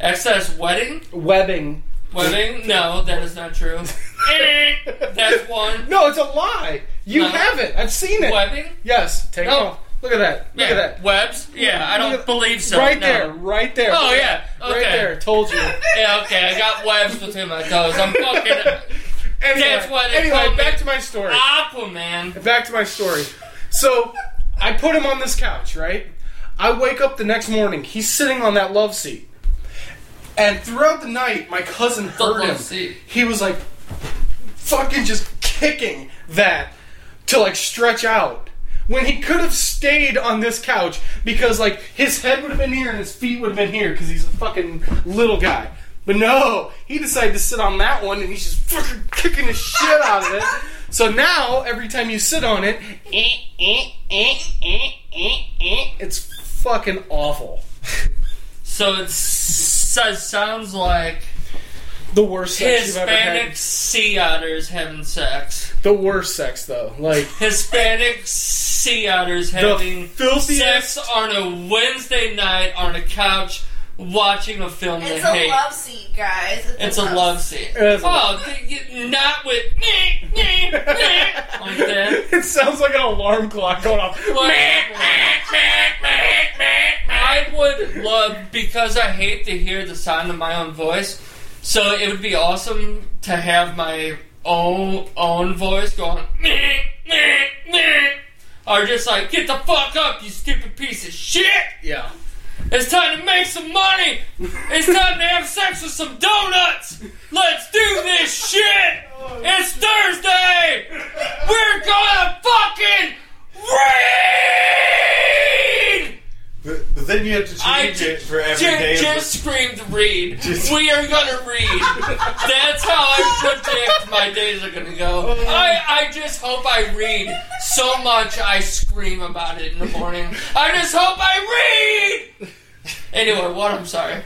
Excess wedding. webbing. Wedding? No, that is not true. that's one. No, it's a lie. You Eh. No. have it. I've seen it. Webbing. Yes, take it No. off. Look at that. yeah. Look at that. Webs. Yeah, I Look don't at- believe so. right no. there, right there. Oh yeah. Okay. right there. Told you. Yeah, okay, I got webs between my toes. I'm fucking anyway, That's why they anyway, call me- back to my story. Ah. Aquaman. back to my story. So I put him on this couch, right? I wake up the next morning. He's sitting on that love seat. And throughout the night, my cousin heard love him. seat. He was like fucking just kicking that to like stretch out. When he could have stayed on this couch because like his head would have been here and his feet would have been here because he's a fucking little guy. But no, he decided to sit on that one and he's just fucking kicking the shit out of it. So now every time you sit on it, eh, eh, eh, eh, eh, eh, it's fucking awful. So it s- s- sounds like The worst sex you've ever Hispanic had. sea otters having sex. The worst sex though. Like Hispanic sea otters having filthiest- sex on a Wednesday night on a couch watching a film It's they a hate. love seat, guys. It's, It's a love scene. It is a- oh, th- you- not with like that. it sounds like an alarm clock going off. What- I would love because I hate to hear the sound of my own voice. So it would be awesome to have my own own voice going or just like get the fuck up, you stupid piece of shit. Yeah. It's time to make some money. It's time to have sex with some donuts. Let's do this shit. It's Thursday. We're gonna fucking read. But, but then you have to change I ju- it for every ju- day. of just screamed read. Just- we are gonna read. That's how I predict my days are gonna go. I, I just hope I read so much I scream about it in the morning. I just hope I read. Anyway, what I'm sorry.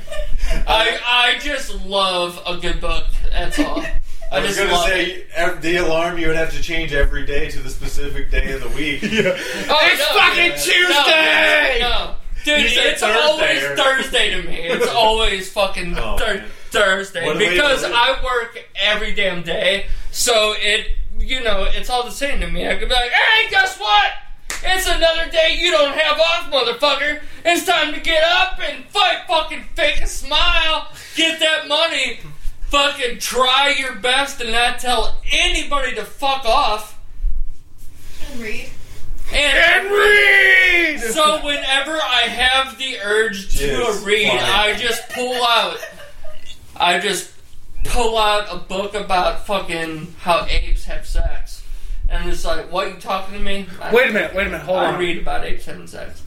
I I just love a good book. That's all. I I was just going to love it. say ev- the alarm you would have to change every day to the specific day of the week. Oh, It's fucking dude. Tuesday! No, no. Dude, You said it's Thursday, always or- Thursday to me. It's always fucking Oh, thur- man. Thursday What a way to because live. I work every damn day. So it, you know, it's all the same to me. I could be like, hey, guess what? It's another day you don't have off, motherfucker. It's time to get up and fight, fucking fake a smile, get that money, fucking try your best and not tell anybody to fuck off. Read. And read! So whenever I have the urge to Yes, read, fine. I just pull out. I just pull out a book about fucking how apes have sex. And it's like, what, you talking to me? I- Wait a minute, wait a minute, hold I on. read about apes having sex.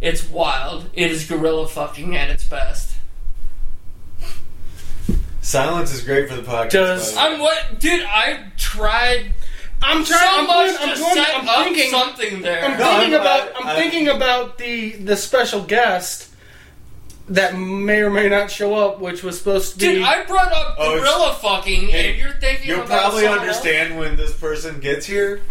It's wild. It is gorilla fucking at its best. Silence is great for the podcast. Does- by the way. I'm what, dude, I tried I'm so trying I'm much going- to I'm, going- set I'm up thinking something there. I'm No, thinking I'm- about I- I'm I- thinking about the the special guest that may or may not show up, which was supposed to be Dude, I brought up Oh, it's- gorilla fucking, Hey, and you're thinking You'll about probably someone understand when this person gets here.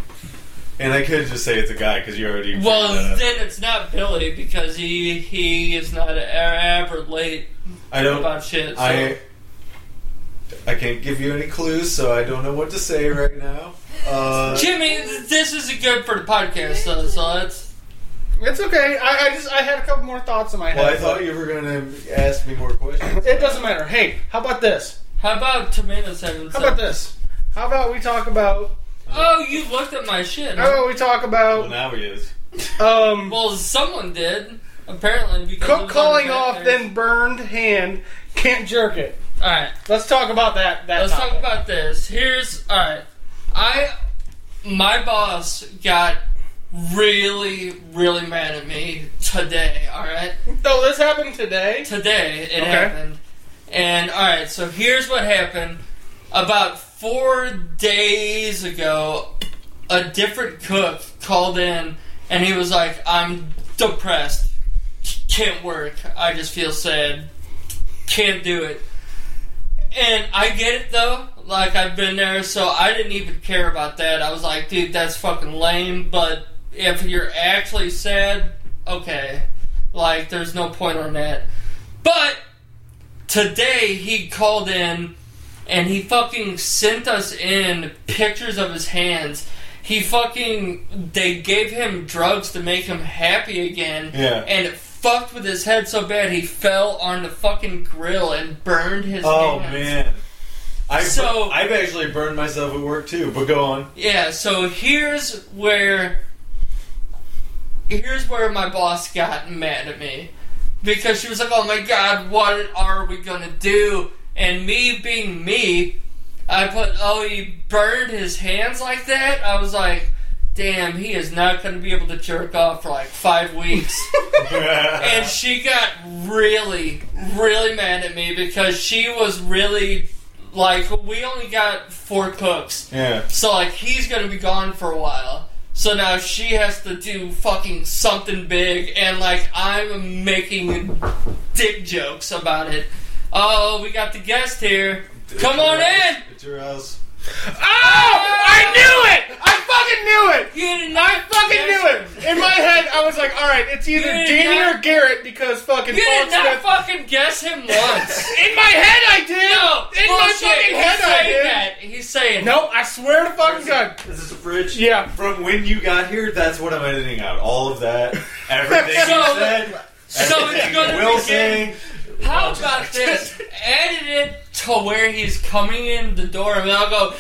And I could just say it's a guy because you already. Else. Well, uh, then it's not Billy because he he is not e- ever late I don't. about shit. So. I I can't give you any clues, so I don't know what to say right now. Uh, Jimmy, th- this isn't good for the podcast, though. So that's It's okay. I, I just I had a couple more thoughts in my head. well, I thought you were going to ask me more questions. It doesn't matter. Hey, how about this? how about tomatoes having How sex? about this? How about we talk about? Oh, you looked at my shit. How about we talk Well, about now he is. um Well, someone did apparently because it cook was calling on the off back there. then burned hand can't jerk it. All right. Let's talk about that. That Let's topic. talk about this. Here's all right. I my boss got really really mad at me today. All right, So this happened today. today it Okay. happened. And all right, so here's what happened. About four days ago, a different cook called in, and he was like, "I'm depressed. Can't work. I just feel sad. Can't do it." And I get it though. Like I've been there, so I didn't even care about that. I was like, dude, that's fucking lame. But if you're actually sad, okay. Like there's no point on that. But today he called in and he fucking sent us in pictures of his hands. He fucking they gave him drugs to make him happy again. Yeah. And it fucked with his head so bad he fell on the fucking grill and burned his Oh hands. man. I've, So- I've actually burned myself at work too, but go on. Yeah, so here's where here's where my boss got mad at me because she was like, "Oh my god, what are we going to do?" And me being me, I put, "Oh, he burned his hands like that." I was like, "Damn, he is not going to be able to jerk off for like 5 weeks." and she got really, really mad at me because she was really like, we only got four cooks. yeah. So like he's gonna be gone for a while. So now she has to do fucking something big, and like I'm making dick jokes about it. Oh, we got the guest here. Come on in. It's your house. Oh, I knew it. I fucking knew it. You did I not fucking knew it. In my head, I was like, all right, it's either You did Danny not- or Garrett because fucking You did Fox not Smith. fucking guess him once. In my head, I did. No, In my bullshit. fucking head, He's I saying did. that. He's saying No, I swear to fucking God. Is this a fridge? Yeah. From when you got here, that's what I'm editing out. All of that, everything you So- said, so it's everything gonna you will begin- say. How about this? Edit it to where he's coming in the door, and I'll go.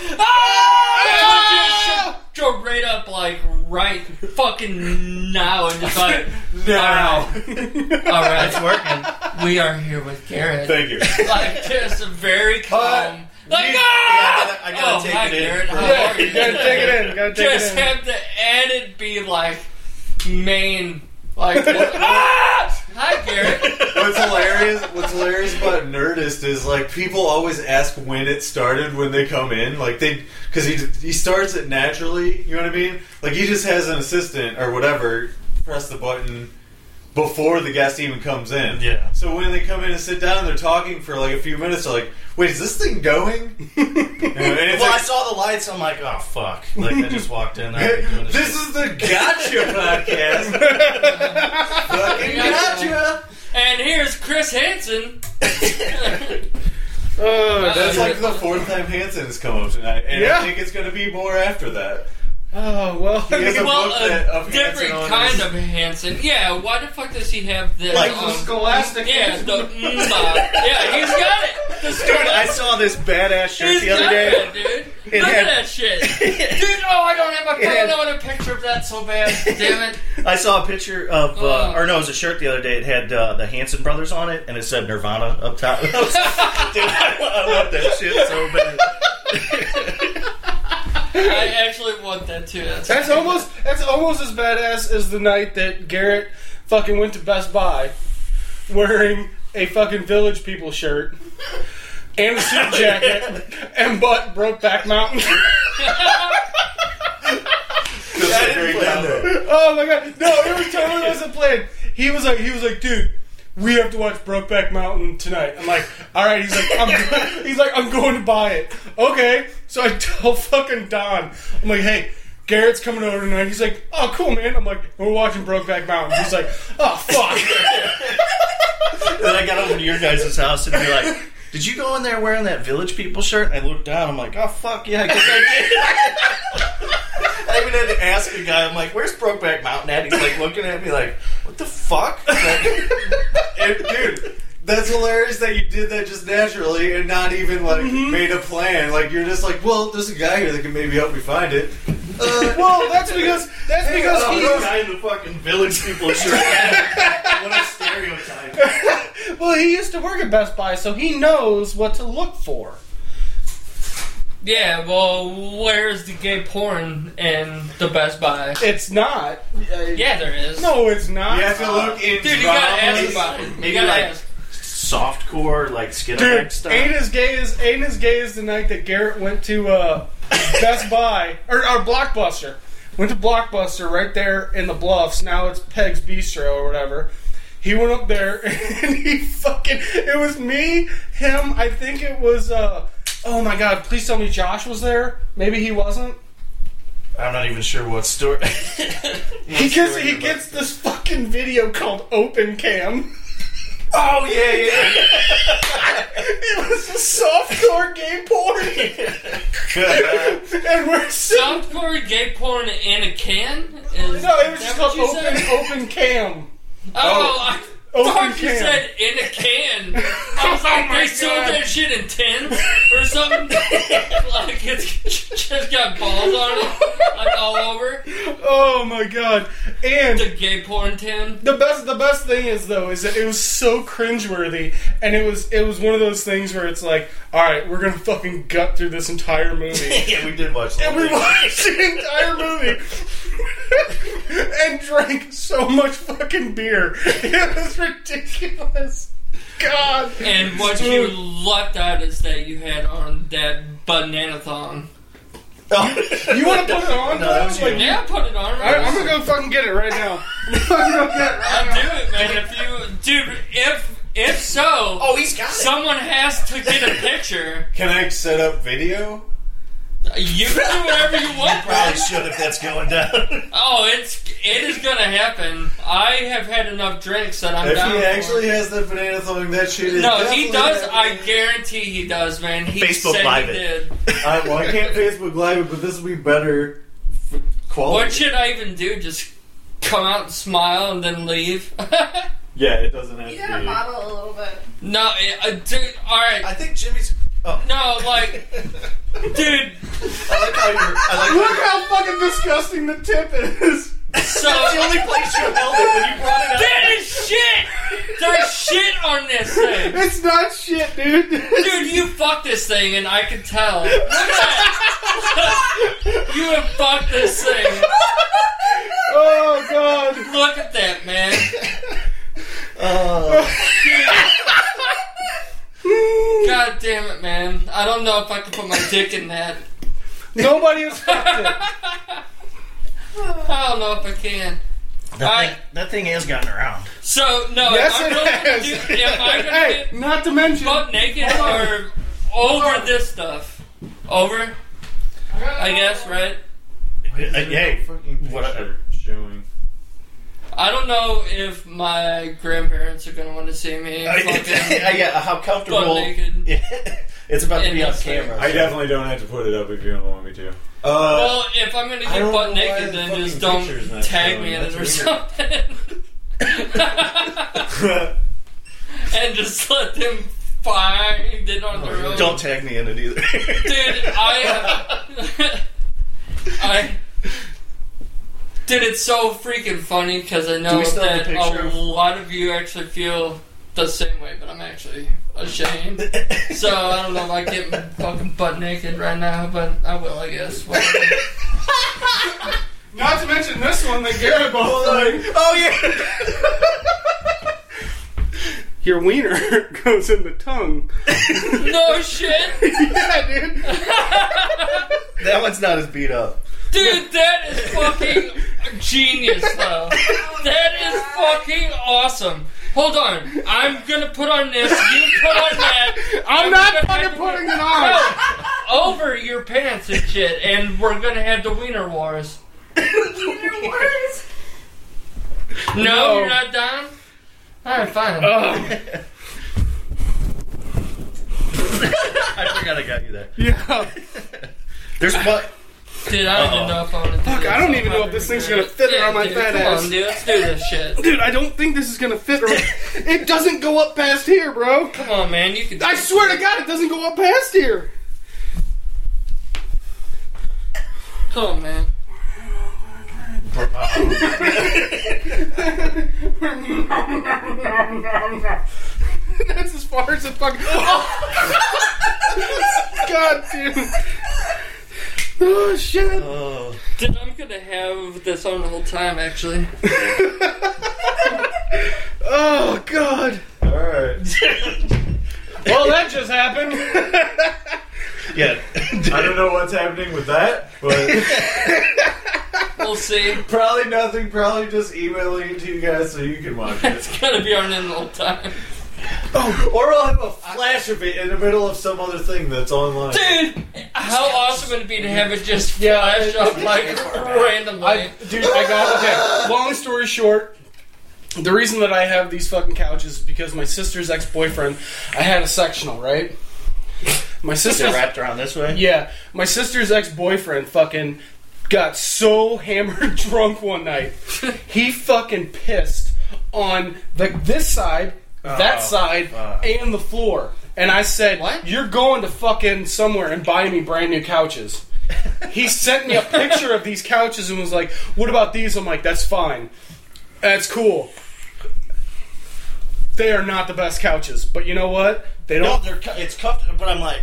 Oh! Ah! Just Go right up, like right fucking now, and just like Now, all right, it's working. We are here with Garrett. thank you. like just very calm. like you- ah! yeah, I gotta- I gotta oh, take hi, it in Garrett. for- How Yeah, are you gotta you? take it in. Gotta take just it in. have the edit be like main, like ah! hi Garrett. What's hilarious? What's hilarious about Nerdist is like people always ask when it started when they come in, like they because he he starts it naturally. You know what I mean? Like he just has an assistant or whatever press the button before the guest even comes in. Yeah. So when they come in and sit down, they're talking for like a few minutes. They're like, "Wait, is this thing going?" You know, and it's well, I like, saw the lights. I'm like, oh fuck! Like I just walked in. I already doing this shit. is the Gotcha podcast. Fucking Gotcha. And here's Chris Hansen. Oh, that's That's like the fourth time Hanson has come up tonight, and Yeah. I think it's going to be more after that. oh well. He has a well, book that, a of different Hanson on kind his- of Hansen. Yeah, why the fuck does he have this? Like on- the Scholastic. Yeah, the, mm, uh, yeah, he's got it. The Dude, I Scholastic. saw this badass shirt He's the other got day. it, dude. It Look had- at that shit, dude. Oh, I don't have a It had- phone. I want a picture of that so bad. Damn it. I saw a picture of, uh, Oh. or no, it was a shirt the other day. It had uh, the Hanson brothers on it, and it said Nirvana up top. Dude, I, I love that shit so bad. I actually want that too. That's That's almost that's almost as badass as the night that Garrett fucking went to Best Buy wearing a fucking Village People shirt and a suit jacket and butt Brokeback Mountain. Feels like very down there. oh my god! No, it was totally wasn't planned. He was like, he was like, dude. We have to watch Brokeback Mountain tonight. I'm like, all right. He's like, I'm, he's like, I'm going to buy it. Okay. So I tell fucking Don, I'm like, hey, Garrett's coming over tonight. He's like, oh, cool, man. I'm like, we're watching Brokeback Mountain. He's like, oh, fuck. Then I got over to your guys' house and be like, did you go in there wearing that Village People shirt? And I looked down, I'm like, oh, fuck, yeah, I guess I did. I even had to ask a guy, I'm like, where's Brokeback Mountain at? He's like looking at me like, what the fuck? Like, And, dude, that's hilarious that you did that just naturally and not even like Mm-hmm. made a plan. Like you're just like, well, there's a guy here that can maybe help me find it. Uh, well, that's because that's because uh, he. Brokeback guy in the fucking Village People shirt. what a stereotype. Well, he used to work at Best Buy, so he knows what to look for. Yeah, well, where's the gay porn in the Best Buy? It's not. Yeah, there is. No, it's not. you have to look in Dude, you gotta ask dramas. about it. You Maybe gotta like- ask. Softcore, like skin Dude, effect stuff. ain't as gay as ain't as gay as the night that Garrett went to uh, Best Buy or, or Blockbuster. Went to Blockbuster right there in the Bluffs. Now it's Peg's Bistro or whatever. He went up there and he fucking. It was me, him. I think it was. Uh, oh my god! Please tell me Josh was there. Maybe he wasn't. I'm not even sure what story. He gets he gets this fucking video called Open Cam. oh yeah, yeah. It was a softcore gay porn, and we're sitting Softcore gay porn in a can? Is No, it was just that called what you open said? open cam. Oh, I Open thought you can. Oh said in a can. I was like, they sold that shit in tins or something. like, it's just got balls on it, like all over. Oh my god! The And gay porn tin. the best the best thing is though is that it was so cringeworthy, and it was it was one of those things where it's like, all right, we're gonna fucking gut through this entire movie. yeah, we did watch. And we watched the entire movie and drank so much fucking beer. It was ridiculous. God. And what you left out is that you had on that banana thong. Oh, You want to put it on? No, that was though? Like, Yeah, put it on. I, Right? I'm gonna go fucking get it right now. I'm gonna go get Oh, I'll it right now. do it, man. If you, dude, if if so, Oh, he's got it. someone has to get a picture. Can I set up video? Uh, You can do whatever you want, bro. Probably should if that's going down. Oh, it's it is gonna happen. I have had enough drinks that I'm If down. he for. actually has that banana thong, that shit is. no, definitely he does. not- I guarantee he does, man. He Facebook said Live he it. did. I, well, I can't Facebook Live it, but this will be better f- quality. Oh. What should I even do? Just come out, and smile, and then leave? Yeah, it doesn't have You to gotta Mm. be. model a little bit. no, it, uh, dude. All right, I think Jimmy's. Oh, no, like, dude. I like how you're. I like Look how fucking disgusting the tip is. So the only place you held it when you brought it up. that is shit. There's shit on this thing. It's not shit, dude. Dude, you fucked this thing, and I can tell. Look at that. you have fucked this thing. oh god. Look at that, man. God damn it, man. I don't know if I can put my dick in that. Nobody has fucked it. I don't know if I can. That thing, Alright. that thing has gotten around. So, no, Yes, if I'm it going to has. do, if I'm going Hey, to not to mention, get butt naked or over this stuff, over, I guess, right? Uh, hey, fucking what- picture showing. I don't know if my grandparents are going to want to see me. fucking- yeah, how comfortable. Butt naked. it's about to And be on that's it. camera. I definitely don't have to put it up if you don't want me to. Well, if I'm gonna I get don't butt know why naked, the then fucking just don't picture's not tag showing. me in it That's or weird. something. and just let them find it on their own. Don't tag me in it either. dude. I, I, dude, it's so freaking funny because I know we still have that the picture? a lot of you actually feel the same way, but I'm actually ashamed. So I don't know if I get fucking butt naked right now, but I will, I guess. Whatever. not to mention this one that Garrett both like, oh yeah. your wiener goes in the tongue. No shit, yeah, dude. That one's not as beat up. dude. That is fucking genius, though. That is fucking awesome. Hold on, I'm gonna put on this. You put on that. I'm not gonna have fucking to putting put- it on. No, Oh, over your pants and shit, and we're gonna have the wiener wars. No, No. Uh, you're not down. All right, fine. Ugh. I forgot I got you there. yeah. There's one. dude, I don't even know if I'm gonna. do Fuck, this. I don't I'm even know if probably this thing's do it. gonna fit yeah, around my dude, fat come ass. on, dude. Let's do this shit. Dude, I don't think this is gonna fit. Right. it doesn't go up past here, bro. Come on, man. You can. I swear to God, it doesn't go up past here. Come on, man. That's as far as it fucking. God damn. Oh shit. Oh, Dude, I'm gonna have this on the whole time, actually. Oh god. Alright. Well, that just happened. yeah. I don't know what's happening with that, but We'll see. probably nothing. Probably just emailing it to you guys so you can watch it. It's gonna be on in the whole time. Or I'll have a flash of it in the middle of some other thing that's online. Dude, how awesome would it be to have it just flash up like randomly? Dude, I got okay. Long story short, the reason that I have these fucking couches is because my sister's ex boyfriend. I had a sectional, right? My Is it sister's wrapped around this way? Yeah, my sister's ex boyfriend fucking got so hammered drunk one night, he fucking pissed on the this side, that Oh, side, fuck. and the floor. And I said, What? "You're going to fucking somewhere and buying me brand new couches." he sent me a picture of these couches and was like, "What about these?" I'm like, "That's fine, that's cool." They are not the best couches, but you know what? They No, don't. they're cu- it's cuffed, but I'm like,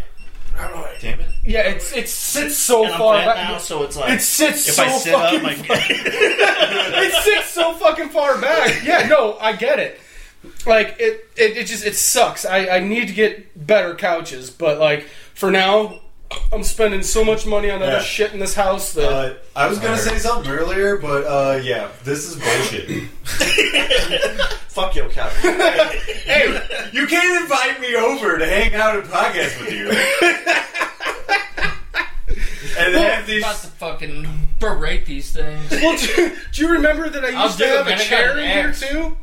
oh, damn it. yeah, it's it sits so And I'm far fat back. now, so it's like It sits if so I sit fucking. up, my it sits so fucking far back. Yeah, no, I get it. Like it, it, it just it sucks. I, I need to get better couches, but like for now, I'm spending so much money on other Yeah. shit in this house that Uh, I was gonna say something earlier, but uh, yeah, this is bullshit. fuck your couch. hey, you can't invite me over to hang out and podcast with you. and these. about to fucking berate these things. Well, do, do you remember that I I'll used do to it, have man. a I got chair an in here axe. too?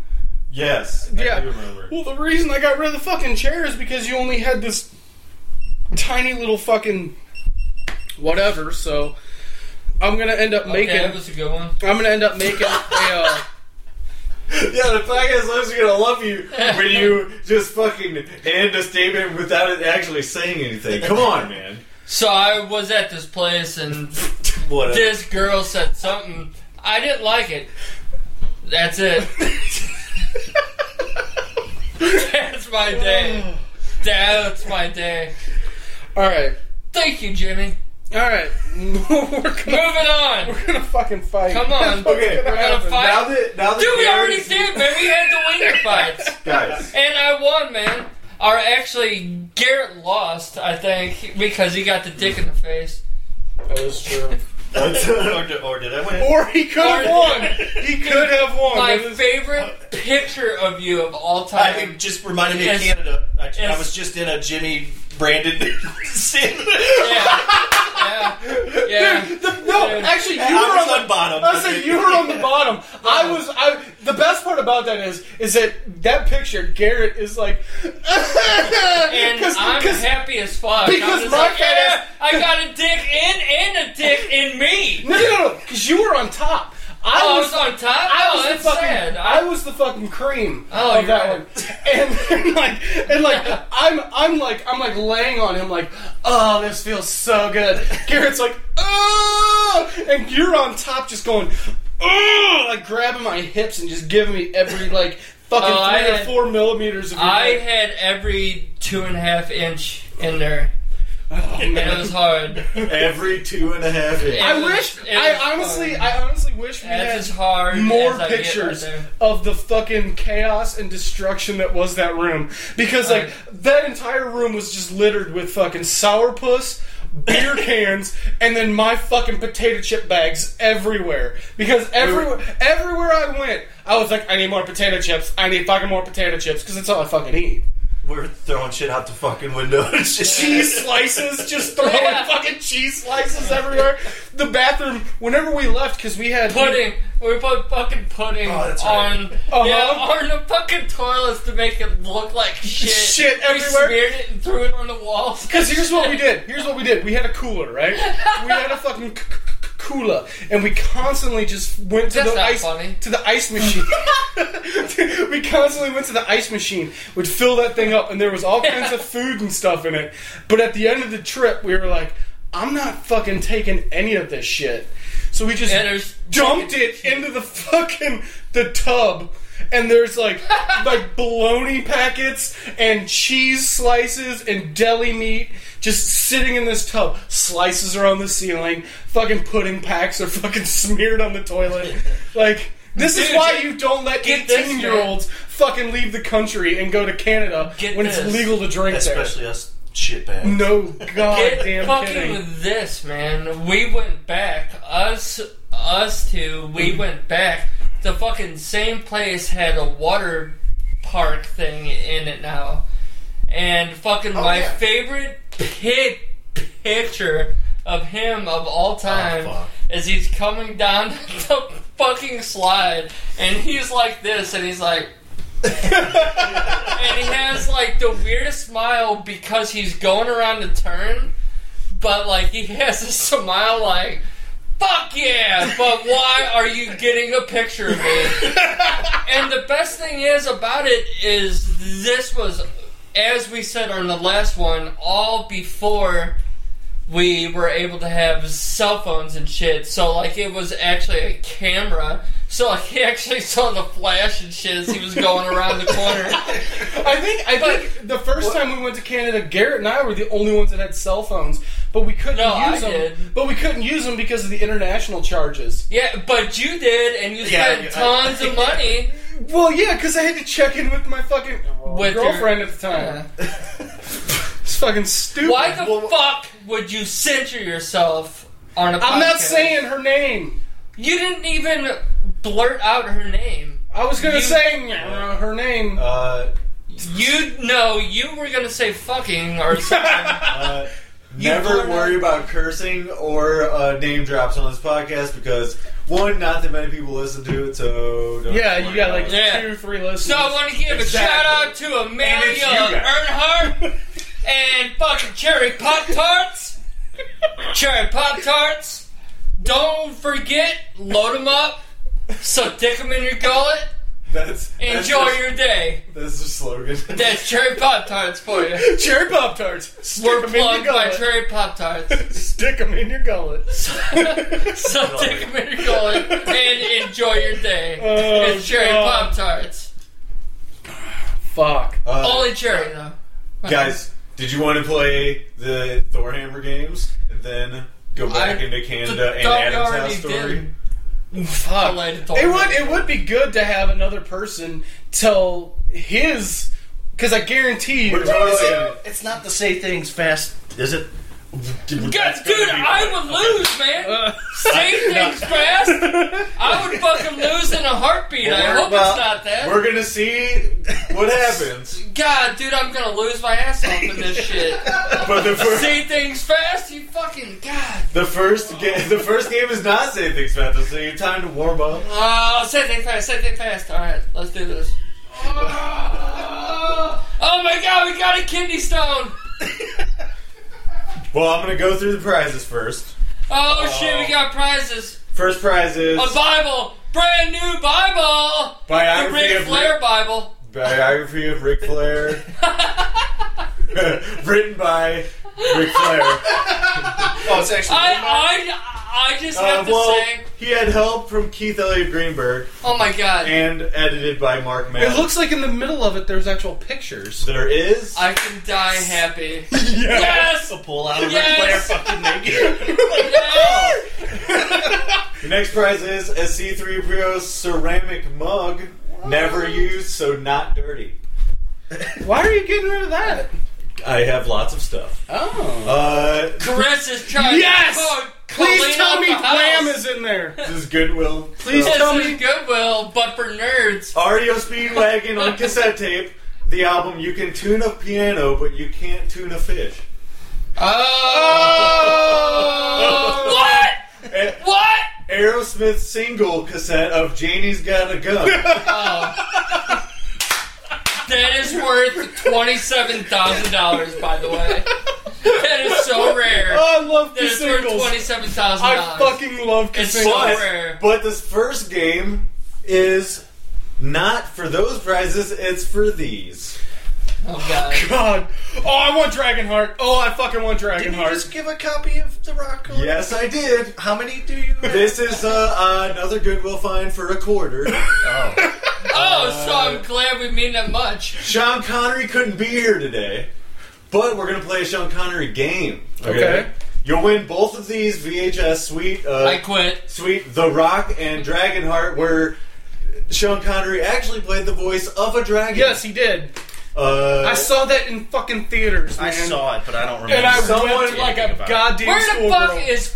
Yes, I Yeah. do remember. Well, the reason I got rid of the fucking chair is because you only had this tiny little fucking whatever. So I'm gonna end up Okay, making. that was a good one. I'm gonna end up making a. Uh, Yeah, the podcast listeners are gonna love you when you just fucking end a statement without it actually saying anything. Come on, man. So I was at this place and Whatever. this girl said something. I didn't like it. That's it. That's my day. That's my day. all right, Thank you, Jimmy. all right. we're Moving gonna, on. we're gonna fucking fight. Come on. Okay, We're gonna happen. fight. now that now that Dude, we already Gary's- did, man. We had the winger fights. guys, And I won, man. Or actually, Garrett lost, I think, because he got the dick in the face. That was true. or, did, or did I win? Or he could have Or- won. He could have won. My It was- favorite picture of you of all I time. it just reminded me of Yes. Canada. I, I Yes. was just in a Jimmy Brandon sin. yeah. Yeah. Yeah. no, actually, you I were on was the on bottom. I said you were on the bottom. I was. I. The best part about that is, is that that picture Garrett is like, And because I'm happy as fuck. because I'm just my like, fat yeah, ass- I got a dick in and a dick in me. no, no, no, because you were on top. I Oh, I was. was on top. I oh, was that's the fucking. sad. I was the fucking cream Oh, you're of that right. one. And, and like, and like, I'm, I'm like, I'm like laying on him, like, oh, this feels so good. Garrett's like, oh, and you're on top, just going, oh, like grabbing my hips and just giving me every like. Fucking Oh, I three or had- four millimeters of your I dick. had every two and a half inch in there. It was hard. every two and a half. Inches. Oh, I It was- wish. it was I honestly, fun. I honestly wish we That's as had hard. more as I get right pictures there. of the fucking chaos and destruction that was that room because like Alright. that entire room was just littered with fucking sourpuss. Beer cans and then my fucking potato chip bags everywhere because everywhere everywhere I went I was like I need more potato chips I need fucking more potato chips because that's all I fucking eat. We're throwing shit out the fucking window. It's just cheese slices, just throwing Yeah. fucking cheese slices everywhere. The bathroom, whenever we left, because we had Pudding. We put fucking pudding Oh, that's right. on Uh-huh. yeah, on the fucking toilets to make it look like shit. Shit We everywhere. smeared it and threw it on the walls. Because here's what we did. Here's what we did. We had a cooler, right? We had a fucking c- c- c- cooler, and we constantly just went to That's the not ice funny. to the ice machine. we constantly went to the ice machine, would fill that thing up, and there was all kinds of food and stuff in it. But at the end of the trip, we were like, "I'm not fucking taking any of this shit." So we just And there's- dumped it into the fucking the tub and there's like like bologna packets and cheese slices and deli meat just sitting in this tub slices are on the ceiling fucking pudding packs are fucking smeared on the toilet like this is Dude, why get- you don't let get this, 18 year olds fucking leave the couountry and go to canada Get when this. it's legal to drink especially us shit bags. there no Get goddamn fucking kidding with this, man. We went back. Us, us two. Mm-hmm. We went back. The fucking same place had a water park thing in it now, and fucking my Oh, yeah. favorite pic- picture of him of all time Oh, fuck. is he's coming down the fucking slide, and he's like this, and he's like. and he has like the weirdest smile because he's going around the turn, but like he has a smile like, "Fuck yeah!" But why are you getting a picture of me? and the best thing is about it is this was, as we said on the last one, all before we were able to have cell phones and shit. So like it was actually a camera. So like he actually saw the flash and shit as he was going around the corner. I think I think the first time we went to Canada, Garrett and I were the only ones that had cell phones, but we couldn't No, I use them. did. But we couldn't use them because of the international charges. Yeah, but you did, and you Yeah, spent yeah. tons of money. Well, yeah, because I had to check in with my fucking With your- girlfriend at the time. It's fucking stupid. Why the Well, fuck would you censor yourself on a podcast? I'm not saying her name. You didn't even blurt out her name. I was gonna You- say uh, her name. Uh, You know, you were gonna say fucking or something. uh, You Never blurt worry out- about cursing or uh, name drops on this podcast because one, not that many people listen to it, so don't Yeah, worry you got like about it. Yeah. two, three listeners. So I want to give Exactly. a shout out to And it's Amelia you guys. Earnhardt and fucking Cherry Pop Tarts. Cherry Pop Tarts. Don't forget, load them up. So dick them in your gullet. that's, that's Enjoy just- your day. That's the slogan. That's Cherry Pop Tarts for you. cherry pop tarts. We're them in your plugged by gullet. Cherry Pop Tarts. Stick them in your gullet. so dick 'em in your gullet and enjoy your day. Oh, it's Cherry Pop God. Tarts. Fuck. Uh, Only cherry though. guys, did you want to play the Thorhammer games and then go back I- into Canada and Thought we Adam's already house story? did. Fuck. Related to It all would that. it would be good to have another person tell his because I guarantee We're you. totally gonna- It's not to say things fast, is it? Guys, dude, I would lose, man. Uh, Say things fast. I would fucking lose in a heartbeat. I Well, hope well, it's not that. We're gonna see what happens. God, dude, I'm gonna lose my ass off in this shit. But the first, Say things fast, you fucking god. the first game, the first game is not say things fast, so you have time to warm up. Oh, say things fast. Say things fast. All right, let's do this. Oh my god, we got a kidney stone. Well, I'm gonna go through the prizes first. Oh shit, we got prizes. First prize is A Bible, brand new Bible. The biography Ric of Flair Ric, Bible. biography of Ric Flair, written by Ric Flair. Oh, it's actually. I I I just Uh, have to well, say. he had help from Keith Elliott Greenberg Oh my god. and edited by Mark Mann. it looks like in the middle of it there's actual pictures. there is I can die happy. yes! Yes! A pull out of Yes! Ric Flair fucking naked. Yes! the next prize is a C3PO ceramic mug, never used, so not dirty. Why are you getting rid of that? I have lots of stuff. Oh. Uh, Chris is trying Yes! to fuck Please Colleen tell me out the house. Wham is in there. this is Goodwill. Please Uh, This tell is me. Goodwill, but for nerds. REO Speedwagon on cassette tape. The album you can tune a piano, but you can't tune a fish. Oh! what? And What? Aerosmith single cassette of Janie's Got a Gun. That is worth twenty-seven thousand dollars, by the way. That is so rare. Oh, I love That the is worth singles. twenty-seven thousand I dollars. fucking love It's singles. so but, rare. but this first game is not for those prizes, it's for these. Oh god. God. Oh, I want Dragonheart. Oh, I fucking want Didn't you Dragonheart. just give a copy of The Rock? Collection? Yes, I did. How many do you? This is uh, uh, another Goodwill find for a quarter. Oh, so I'm glad we mean that much. Sean Connery couldn't be here today, but we're gonna play a Sean Connery game. Okay. You'll win both of these VHS suite, I uh, quit. suite The Rock and Dragonheart, where Sean Connery actually played the voice of a dragon. Yes, he did. Uh, I saw that in fucking theaters, man. I saw it, but I don't remember. And I Someone wept like a about it. goddamn Where the schoolgirl. fuck is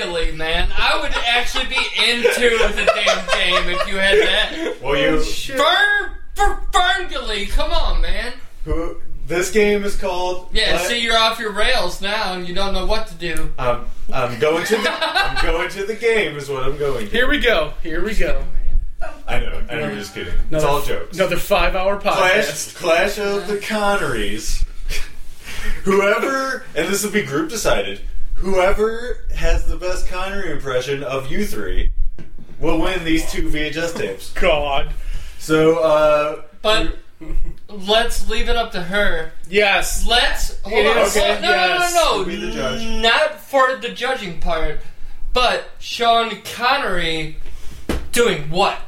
Ferngully, man? I would actually be into the damn game if you had that. well, you. Fern, Fer- Ferngully, come on, man. Who, this game is called. uh, Yeah, what? see, you're off your rails now, and you don't know what to do. I'm, I'm going to. The, I'm going to the game. Is what I'm going. To. Here we go. Here we go. I know. I know. You're just kidding. It's all jokes. Another five hour Clash, podcast. Clash of the Connerys. whoever, and this will be group decided, whoever has the best Connery impression of you three will win these two VHS tapes. God. So, uh, But let's leave it up to her. Yes. Let's hold It on. is- Hold- no, yes. no, no, Be the no, judge. Not for the judging part, but Sean Connery doing what?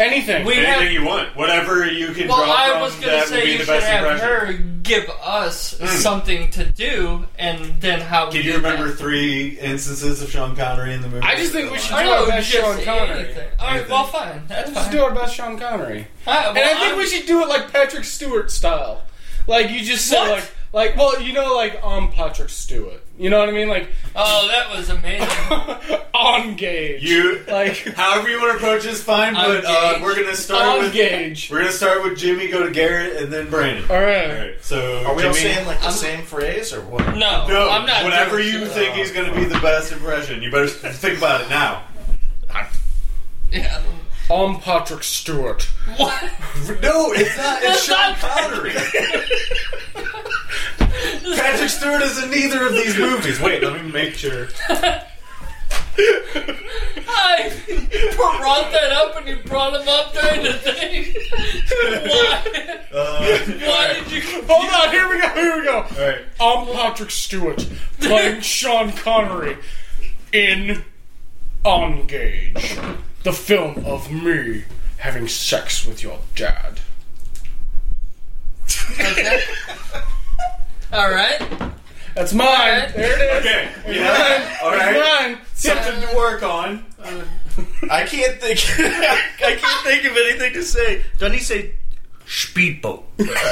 Anything. We have anything you want, whatever you can Well, draw I from, was going to that will say be you the should best have impression. Hmm. her give us something to do, and then how. Can you remember three instances of Sean Connery in the movie? I just think we should I do know our best just Sean Connery. anything. All right, Anything. well, fine. That's Let's fine. do our best Sean Connery. All right, And well, I think I'm- we should do it like Patrick Stewart style. Like you just said, What? like, like well, you know, like I'm Patrick Stewart. You know what I mean? Like Oh, that was amazing. I'm on gauge. You, like however you want to approach this, fine. But uh, Engage. we're gonna start on with gauge. we're gonna start with Jimmy, go to Garrett, and then Brandon. All All right. right. So Are we all Jimmy- saying like the same phrase or what? No, No, I'm not. whatever doing you it. think is going to be the best impression, you better think about it now. Yeah. I'm Patrick Stewart. What? No, it's not. It's Sean Connery. Patrick Stewart is in neither of these movies. Wait, let me make sure. I brought that up and you brought him up during the thing. Why? Uh, Why did you? Hold on. Here we go. Here we go. all right. I'm Patrick Stewart playing Sean Connery in On Gauge, the film of me having sex with your dad. All right. That's mine. Alright. There it is. Okay. Yeah. All right. It's mine. Something to work on. I can't think. I can't think of anything to say. Doesn't he say speedboat? Does he say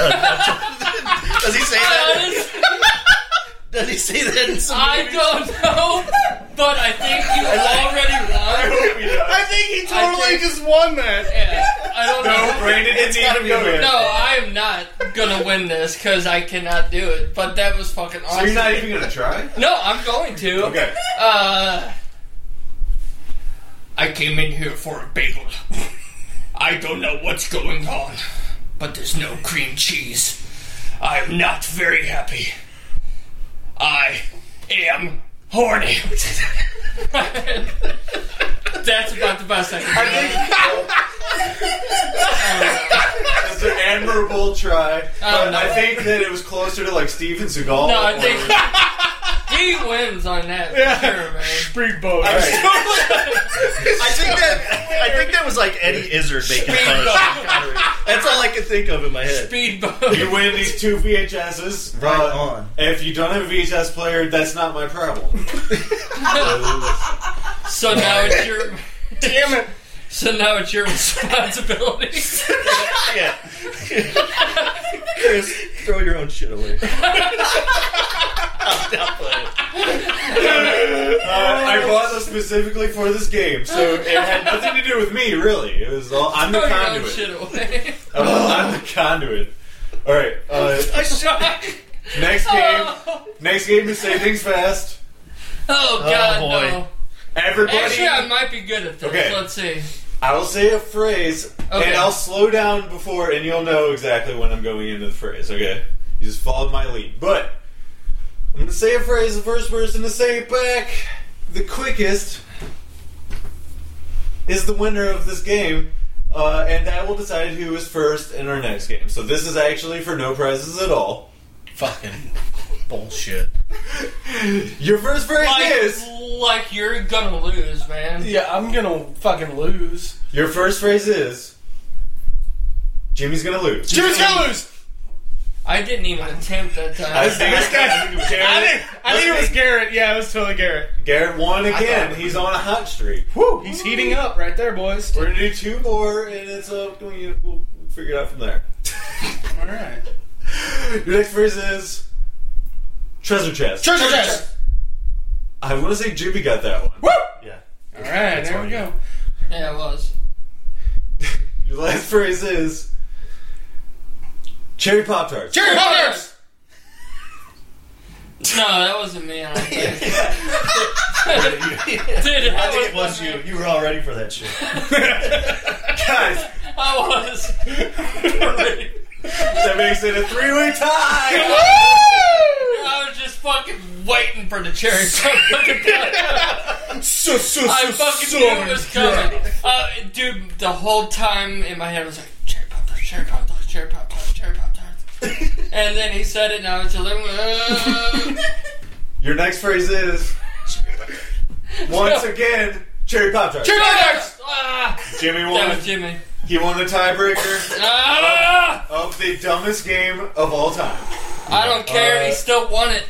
that? Honest, Does he say that in some? I movie? don't know, but I think you already won. I think he totally I think- just won that. Yeah, I don't No, know. Brandon, it's gotta gotta be be a win. No, I am not gonna win this because I cannot do it. But that was fucking So awesome. you're not even going to try? no, I'm going to. Okay. Uh, I came in here for a bagel. I don't know what's going on, but there's no cream cheese. I'm not very happy. I am horny. That's about the best I can do. It's an admirable try. Oh, But no. I think that it was closer to like Steven Seagal. No, I or- think he wins on that for sure, man. Speedboat. All right. I think that. I think that was like Eddie Izzard making fun of Sean Connery. That's all I can think of in my head. Speedboat. You win these two VHSs. Right Uh, on. If you don't have a VHS player, that's not my problem. So now it's your. Damn it. So now it's your responsibility. Yeah. Chris, throw your own shit away. Uh, I bought this specifically for this game, so it had nothing to do with me, really. It was all I'm the Throw your own conduit. shit away. I'm, I'm the conduit. All right. Uh, I suck. next game. Oh, Next game is say things fast. God, Oh, boy. no. Everybody. Actually, I might be good at this. Okay. Let's see. I will say a phrase, Okay. and I'll slow down before, and you'll know exactly when I'm going into the phrase. Okay, you just follow my lead. But I'm gonna say a phrase. The first person to say it back, the quickest, is the winner of this game, uh, and that will decide who is first in our next game. So this is actually for no prizes at all. Fucking bullshit. Your first phrase is Like, like you're gonna lose, man. Yeah, I'm gonna fucking lose. your first phrase is Jimmy's gonna lose. Jimmy's gonna lose. I didn't even attempt that time. This guy. I Garrett- think, I think it was Garrett. Yeah, it was totally Garrett. Garrett won again. He's on a hot streak. Woo! He's heating up right there, boys. We're gonna do two more, and it's uh, we- we'll figure it out from there. All right. Your next phrase is treasure chest. Treasure chest. I want to say Jimmy got that one. Yeah. All right, there we go. Yeah, it was. Your last phrase is cherry pop tarts. Jerry Potters. No, that wasn't me. I don't think. Dude, I I think it was you. You were all ready for that shit. Guys, I was. that makes it a three-way tie. I was just fucking waiting for the cherry coke. So, so, I fucking knew it was coming. Uh, dude, the whole time in my head I was like, cherry pop tarts, cherry pop tarts, cherry pop tarts, cherry pop tarts. and then he said it, and I was a little. Uh, Your next phrase is once again cherry pop tarts. cherry pop tarts! Ah, Jimmy that won. was Jimmy. He won the tiebreaker Ah, of the dumbest game of all time. I don't care. he still won it.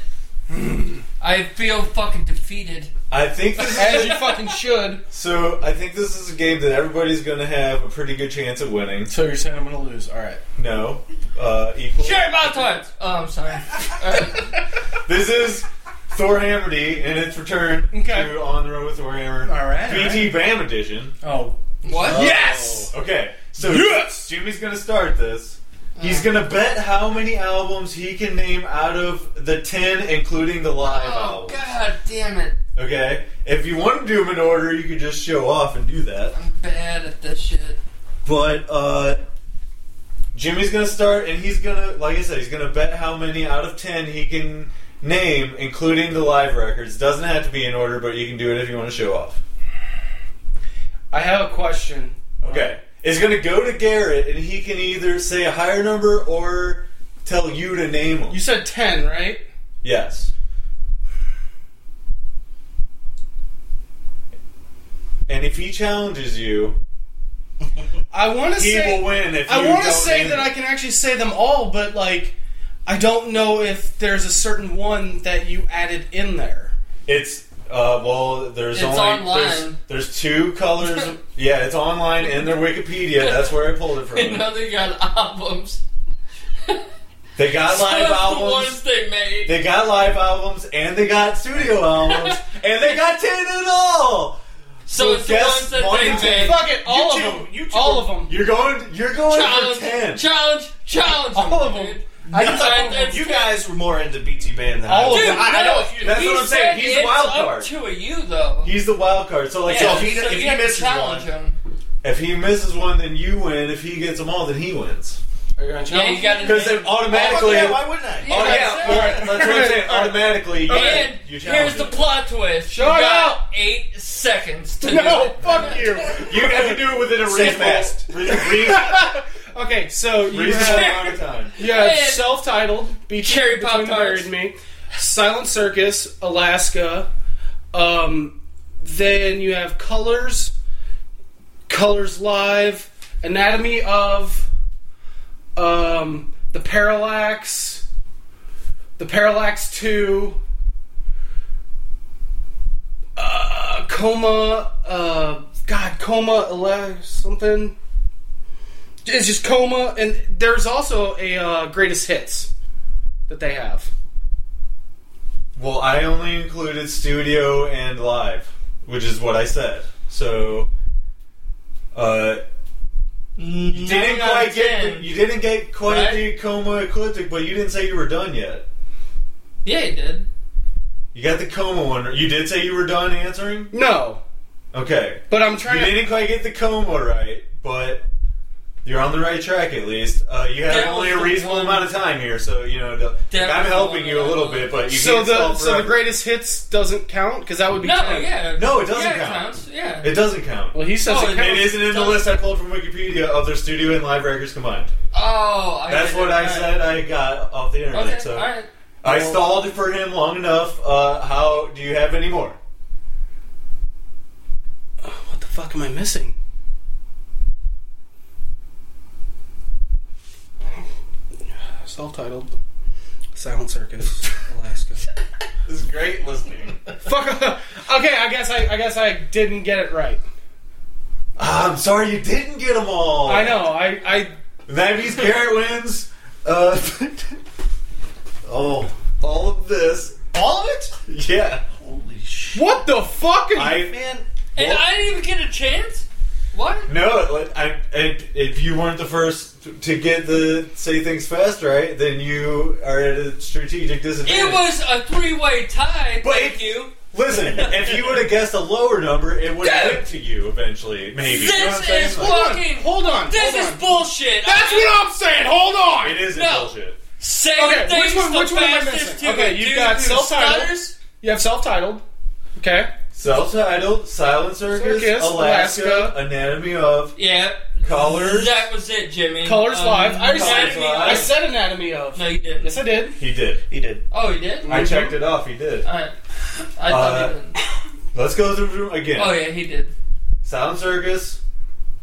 I feel fucking defeated. I think this is As you fucking should. So I think this is a game that everybody's going to have a pretty good chance of winning. So you're saying I'm gonna lose? All right. No, uh, equal. Cherry pop tarts. Oh, I'm sorry. All right. This is Thor Hammerdy in its return Okay. to On the Road with Thor Hammer. All right, all BT Bam edition. Oh, What? Yes! Okay, so Yes! Jimmy's gonna start this. He's Uh. gonna bet how many albums he can name out of the ten, including the live Oh albums. god damn it! Okay, if you want to do them in order, you can just show off and do that. I'm bad at this shit. But uh, Jimmy's gonna start, and he's gonna, like I said, he's gonna bet how many out of ten he can name, including the live records. Doesn't have to be in order, but you can do it if you want to show off. I have a question. Okay, it's gonna go to Garrett, and he can either say a higher number or tell you to name them. You said 10, right? Yes. And if he challenges you, I want to he say will win. If I you want to don't say name that them. I can actually say them all, but like I don't know if there's a certain one that you added in there. It's uh, well, there's It's only There's, online. there's two colors. yeah, it's online in their Wikipedia. That's where I pulled it I from. know they got albums. They got live Some of The ones albums. they made. They got live albums and they got studio albums and they got ten in all. so it's the ones guess one that and they made. Fuck it, all You of two- them. you two all are- of them. You're going. You're going Challenge, for ten. challenge, challenge. All of them. dude. I That's right, thought that's you good. guys were more into BT Bam than I All was. of Dude, them. I- I no, know, that's he what I'm saying, said he's a wild card. It's up to you though. He's the wild card. So like, Yeah, so if, he, so if you he have to misses challenge one- him. if he misses one, then you win. If he gets them all, then he wins. Are you gonna Yeah, you got Because then Oh, automatically. yeah, why wouldn't I? Oh, yeah, Yeah, alright, that's what I'm saying. Automatically, you- And you challenge here's the him. plot twist. you Shut got up! eight seconds to do No, it. fuck you. You have to do it within a Say reasonable, fast. re- re- Okay, so you reasonable have, amount of time. you have And- self-titled Beach Cherry Between Pop the Bird Tarts. and Me, Silent Circus, Alaska. Um, then you have Colors, Colors Live, Anatomy of, um, the Parallax, the Parallax Two. Uh, coma, uh, God, coma, ele- something. It's just coma, and there's also a uh, greatest hits that they have. Well, I only included studio and live, which is what I said. So, uh, you didn't Nine out quite of get ten. you didn't get quite Right? the coma ecliptic, but you didn't say you were done yet. Yeah, you did. You got the coma one. You did say you were done answering. No, Okay, but I'm you trying to. didn't quite get the coma right, but. You're on the right track, at least. Uh, you have That only was a the reasonable one- amount of time here, so you know. the- That I'm was the helping one you a that I little was- bit, but you So can't the solve so the forever. greatest hits doesn't count because that would be No, 10. yeah. No, it doesn't yeah, count. It counts. Yeah. It doesn't count. Well, he says Oh, it it counts. It isn't in the list I pulled from Wikipedia of their studio and live records combined. oh, I That's did what it. I Alright. said I got off the internet. Okay, so all right. I stalled for him long enough. Uh, how do you have any more? What the fuck am I missing? Self-titled, Silent Circus, Alaska. This is great listening. fuck. Okay, I guess I, I guess I didn't get it right. I'm sorry you didn't get them all. I know. I I That means Garrett wins. Uh, oh, all of this. All of it? Yeah. Holy shit. what the fuck? I Man, And Well- I didn't even get a chance? What? no. like, I, I, if you weren't the first to get the say things fast right, then you are at a strategic disadvantage. It was a three way tie. But thank it- you. Listen, if you would have guessed a lower number, it would have Dude. went to you eventually, maybe. You know what I'm This saying? is Like, Hold on, fucking. hold on, This hold is on. bullshit. That's what I'm saying. Hold on. It isn't No. bullshit. Say Okay, things which one- the which one am I fastest missing? to Okay, a you've dude got who self-titled. stutters. You have self-titled. Okay. Self-titled, Silent Circus, Circus, Alaska, Alaska. Anatomy of Yeah. Colors. That was it, Jimmy. Colors Um, live. I, already Colors said, Live. I said anatomy of. No, you didn't. Yes, I did. He did. he did. Oh, you did? I checked it off. He did. Alright. I thought Uh, he didn't. Let's go through again. Oh, yeah, he did. Silent Circus,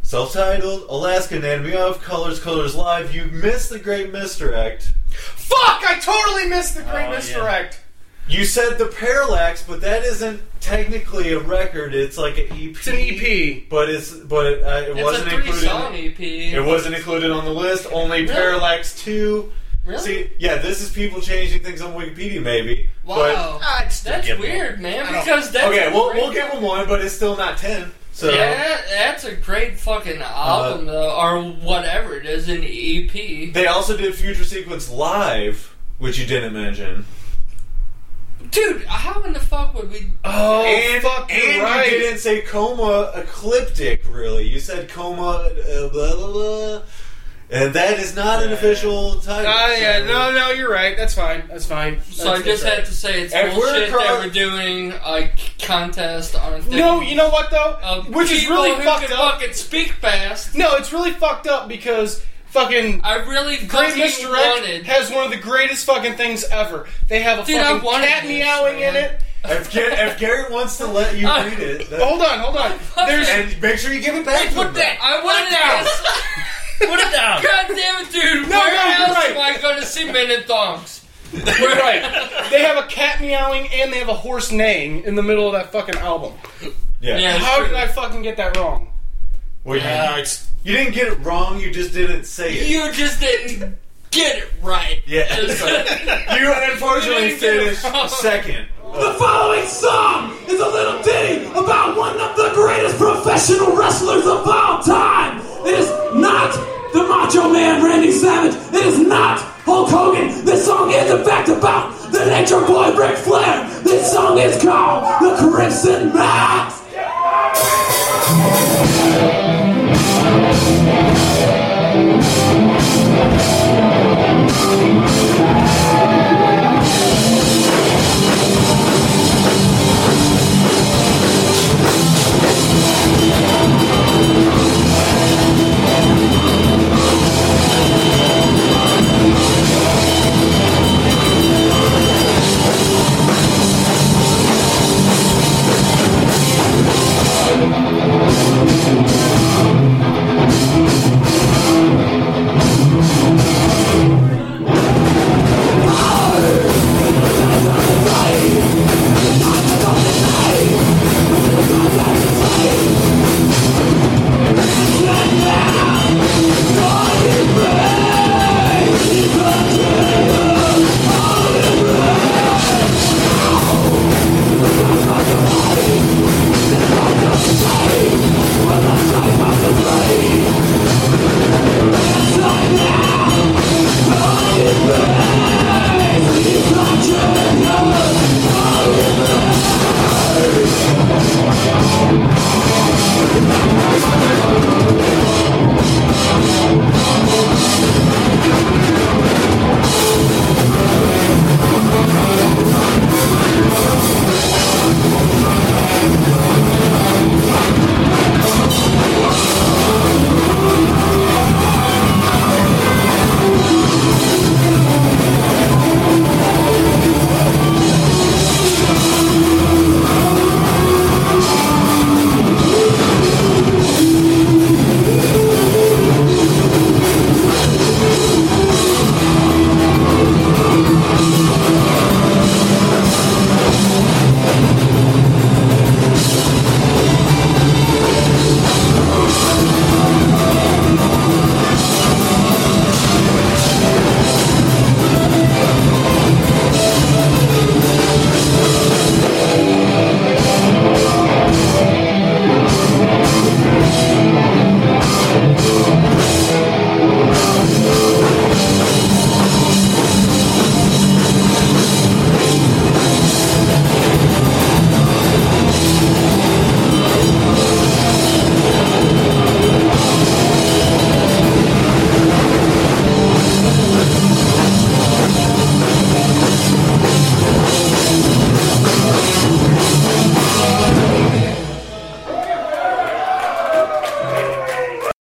self-titled, Alaska, Anatomy of Colors, Colors Live. You missed the Great Misdirect. Fuck! I totally missed the great Oh, yeah. misdirect. You said the Parallax, but that isn't technically a record. It's like an EP. It's an E EP. But it's but uh, it E It's wasn't a three E included. song EP. It wasn't included on the list. Only Parallax Two, Really? See, yeah, this is people changing things on Wikipedia, maybe. wow. I'd still that's give them- weird, man. I don't- Because But, that's okay, a we'll, great- we'll give them one, but it's still not ten. So Yeah, that's a great fucking album, though, or whatever it is, an E EP. they also did Future Sequence live, which you didn't mention. Dude, how in the fuck would we? Oh, and fuck, you're and right. you didn't say coma ecliptic, really. You said coma uh, blah blah blah, and that is not an official title. Ah, yeah, so- no, no, you're right. That's fine. That's fine. So That's- I just that's had to say it's If we're bullshit that across- we're doing a contest on. right. No, you know what though? of Which is Um, people really who fucked can up. fucking speak fast. No, it's really fucked up because fucking I really Great fucking Misdirect wanted. has one of the greatest fucking things ever. They have a Dude, I fucking wanted cat this, meowing in man. it. If, Garrett, if Garrett wants to let you read it, that- Hold on, hold on. Oh, There's and make sure you give it back. to him. Put that. I wanted this. Put it down. God damn it, dude. No, Where no, you're else right. am I going to see men in thongs? You're right. They have a cat meowing and they have a horse neighing in the middle of that fucking album. Yeah. Yeah. How did I fucking get that wrong? Well, you- Yeah, it's- You didn't get it wrong. You just didn't say it. You just didn't get it right. uh, yeah. so- you unfortunately You didn't get it finished wrong. second. The following song is a little ditty about one of the greatest professional wrestlers of all time. It is not the Macho Man Randy Savage. It is not Hulk Hogan. This song is in fact about the Nature Boy Ric Flair. This song is called The Crimson Mask.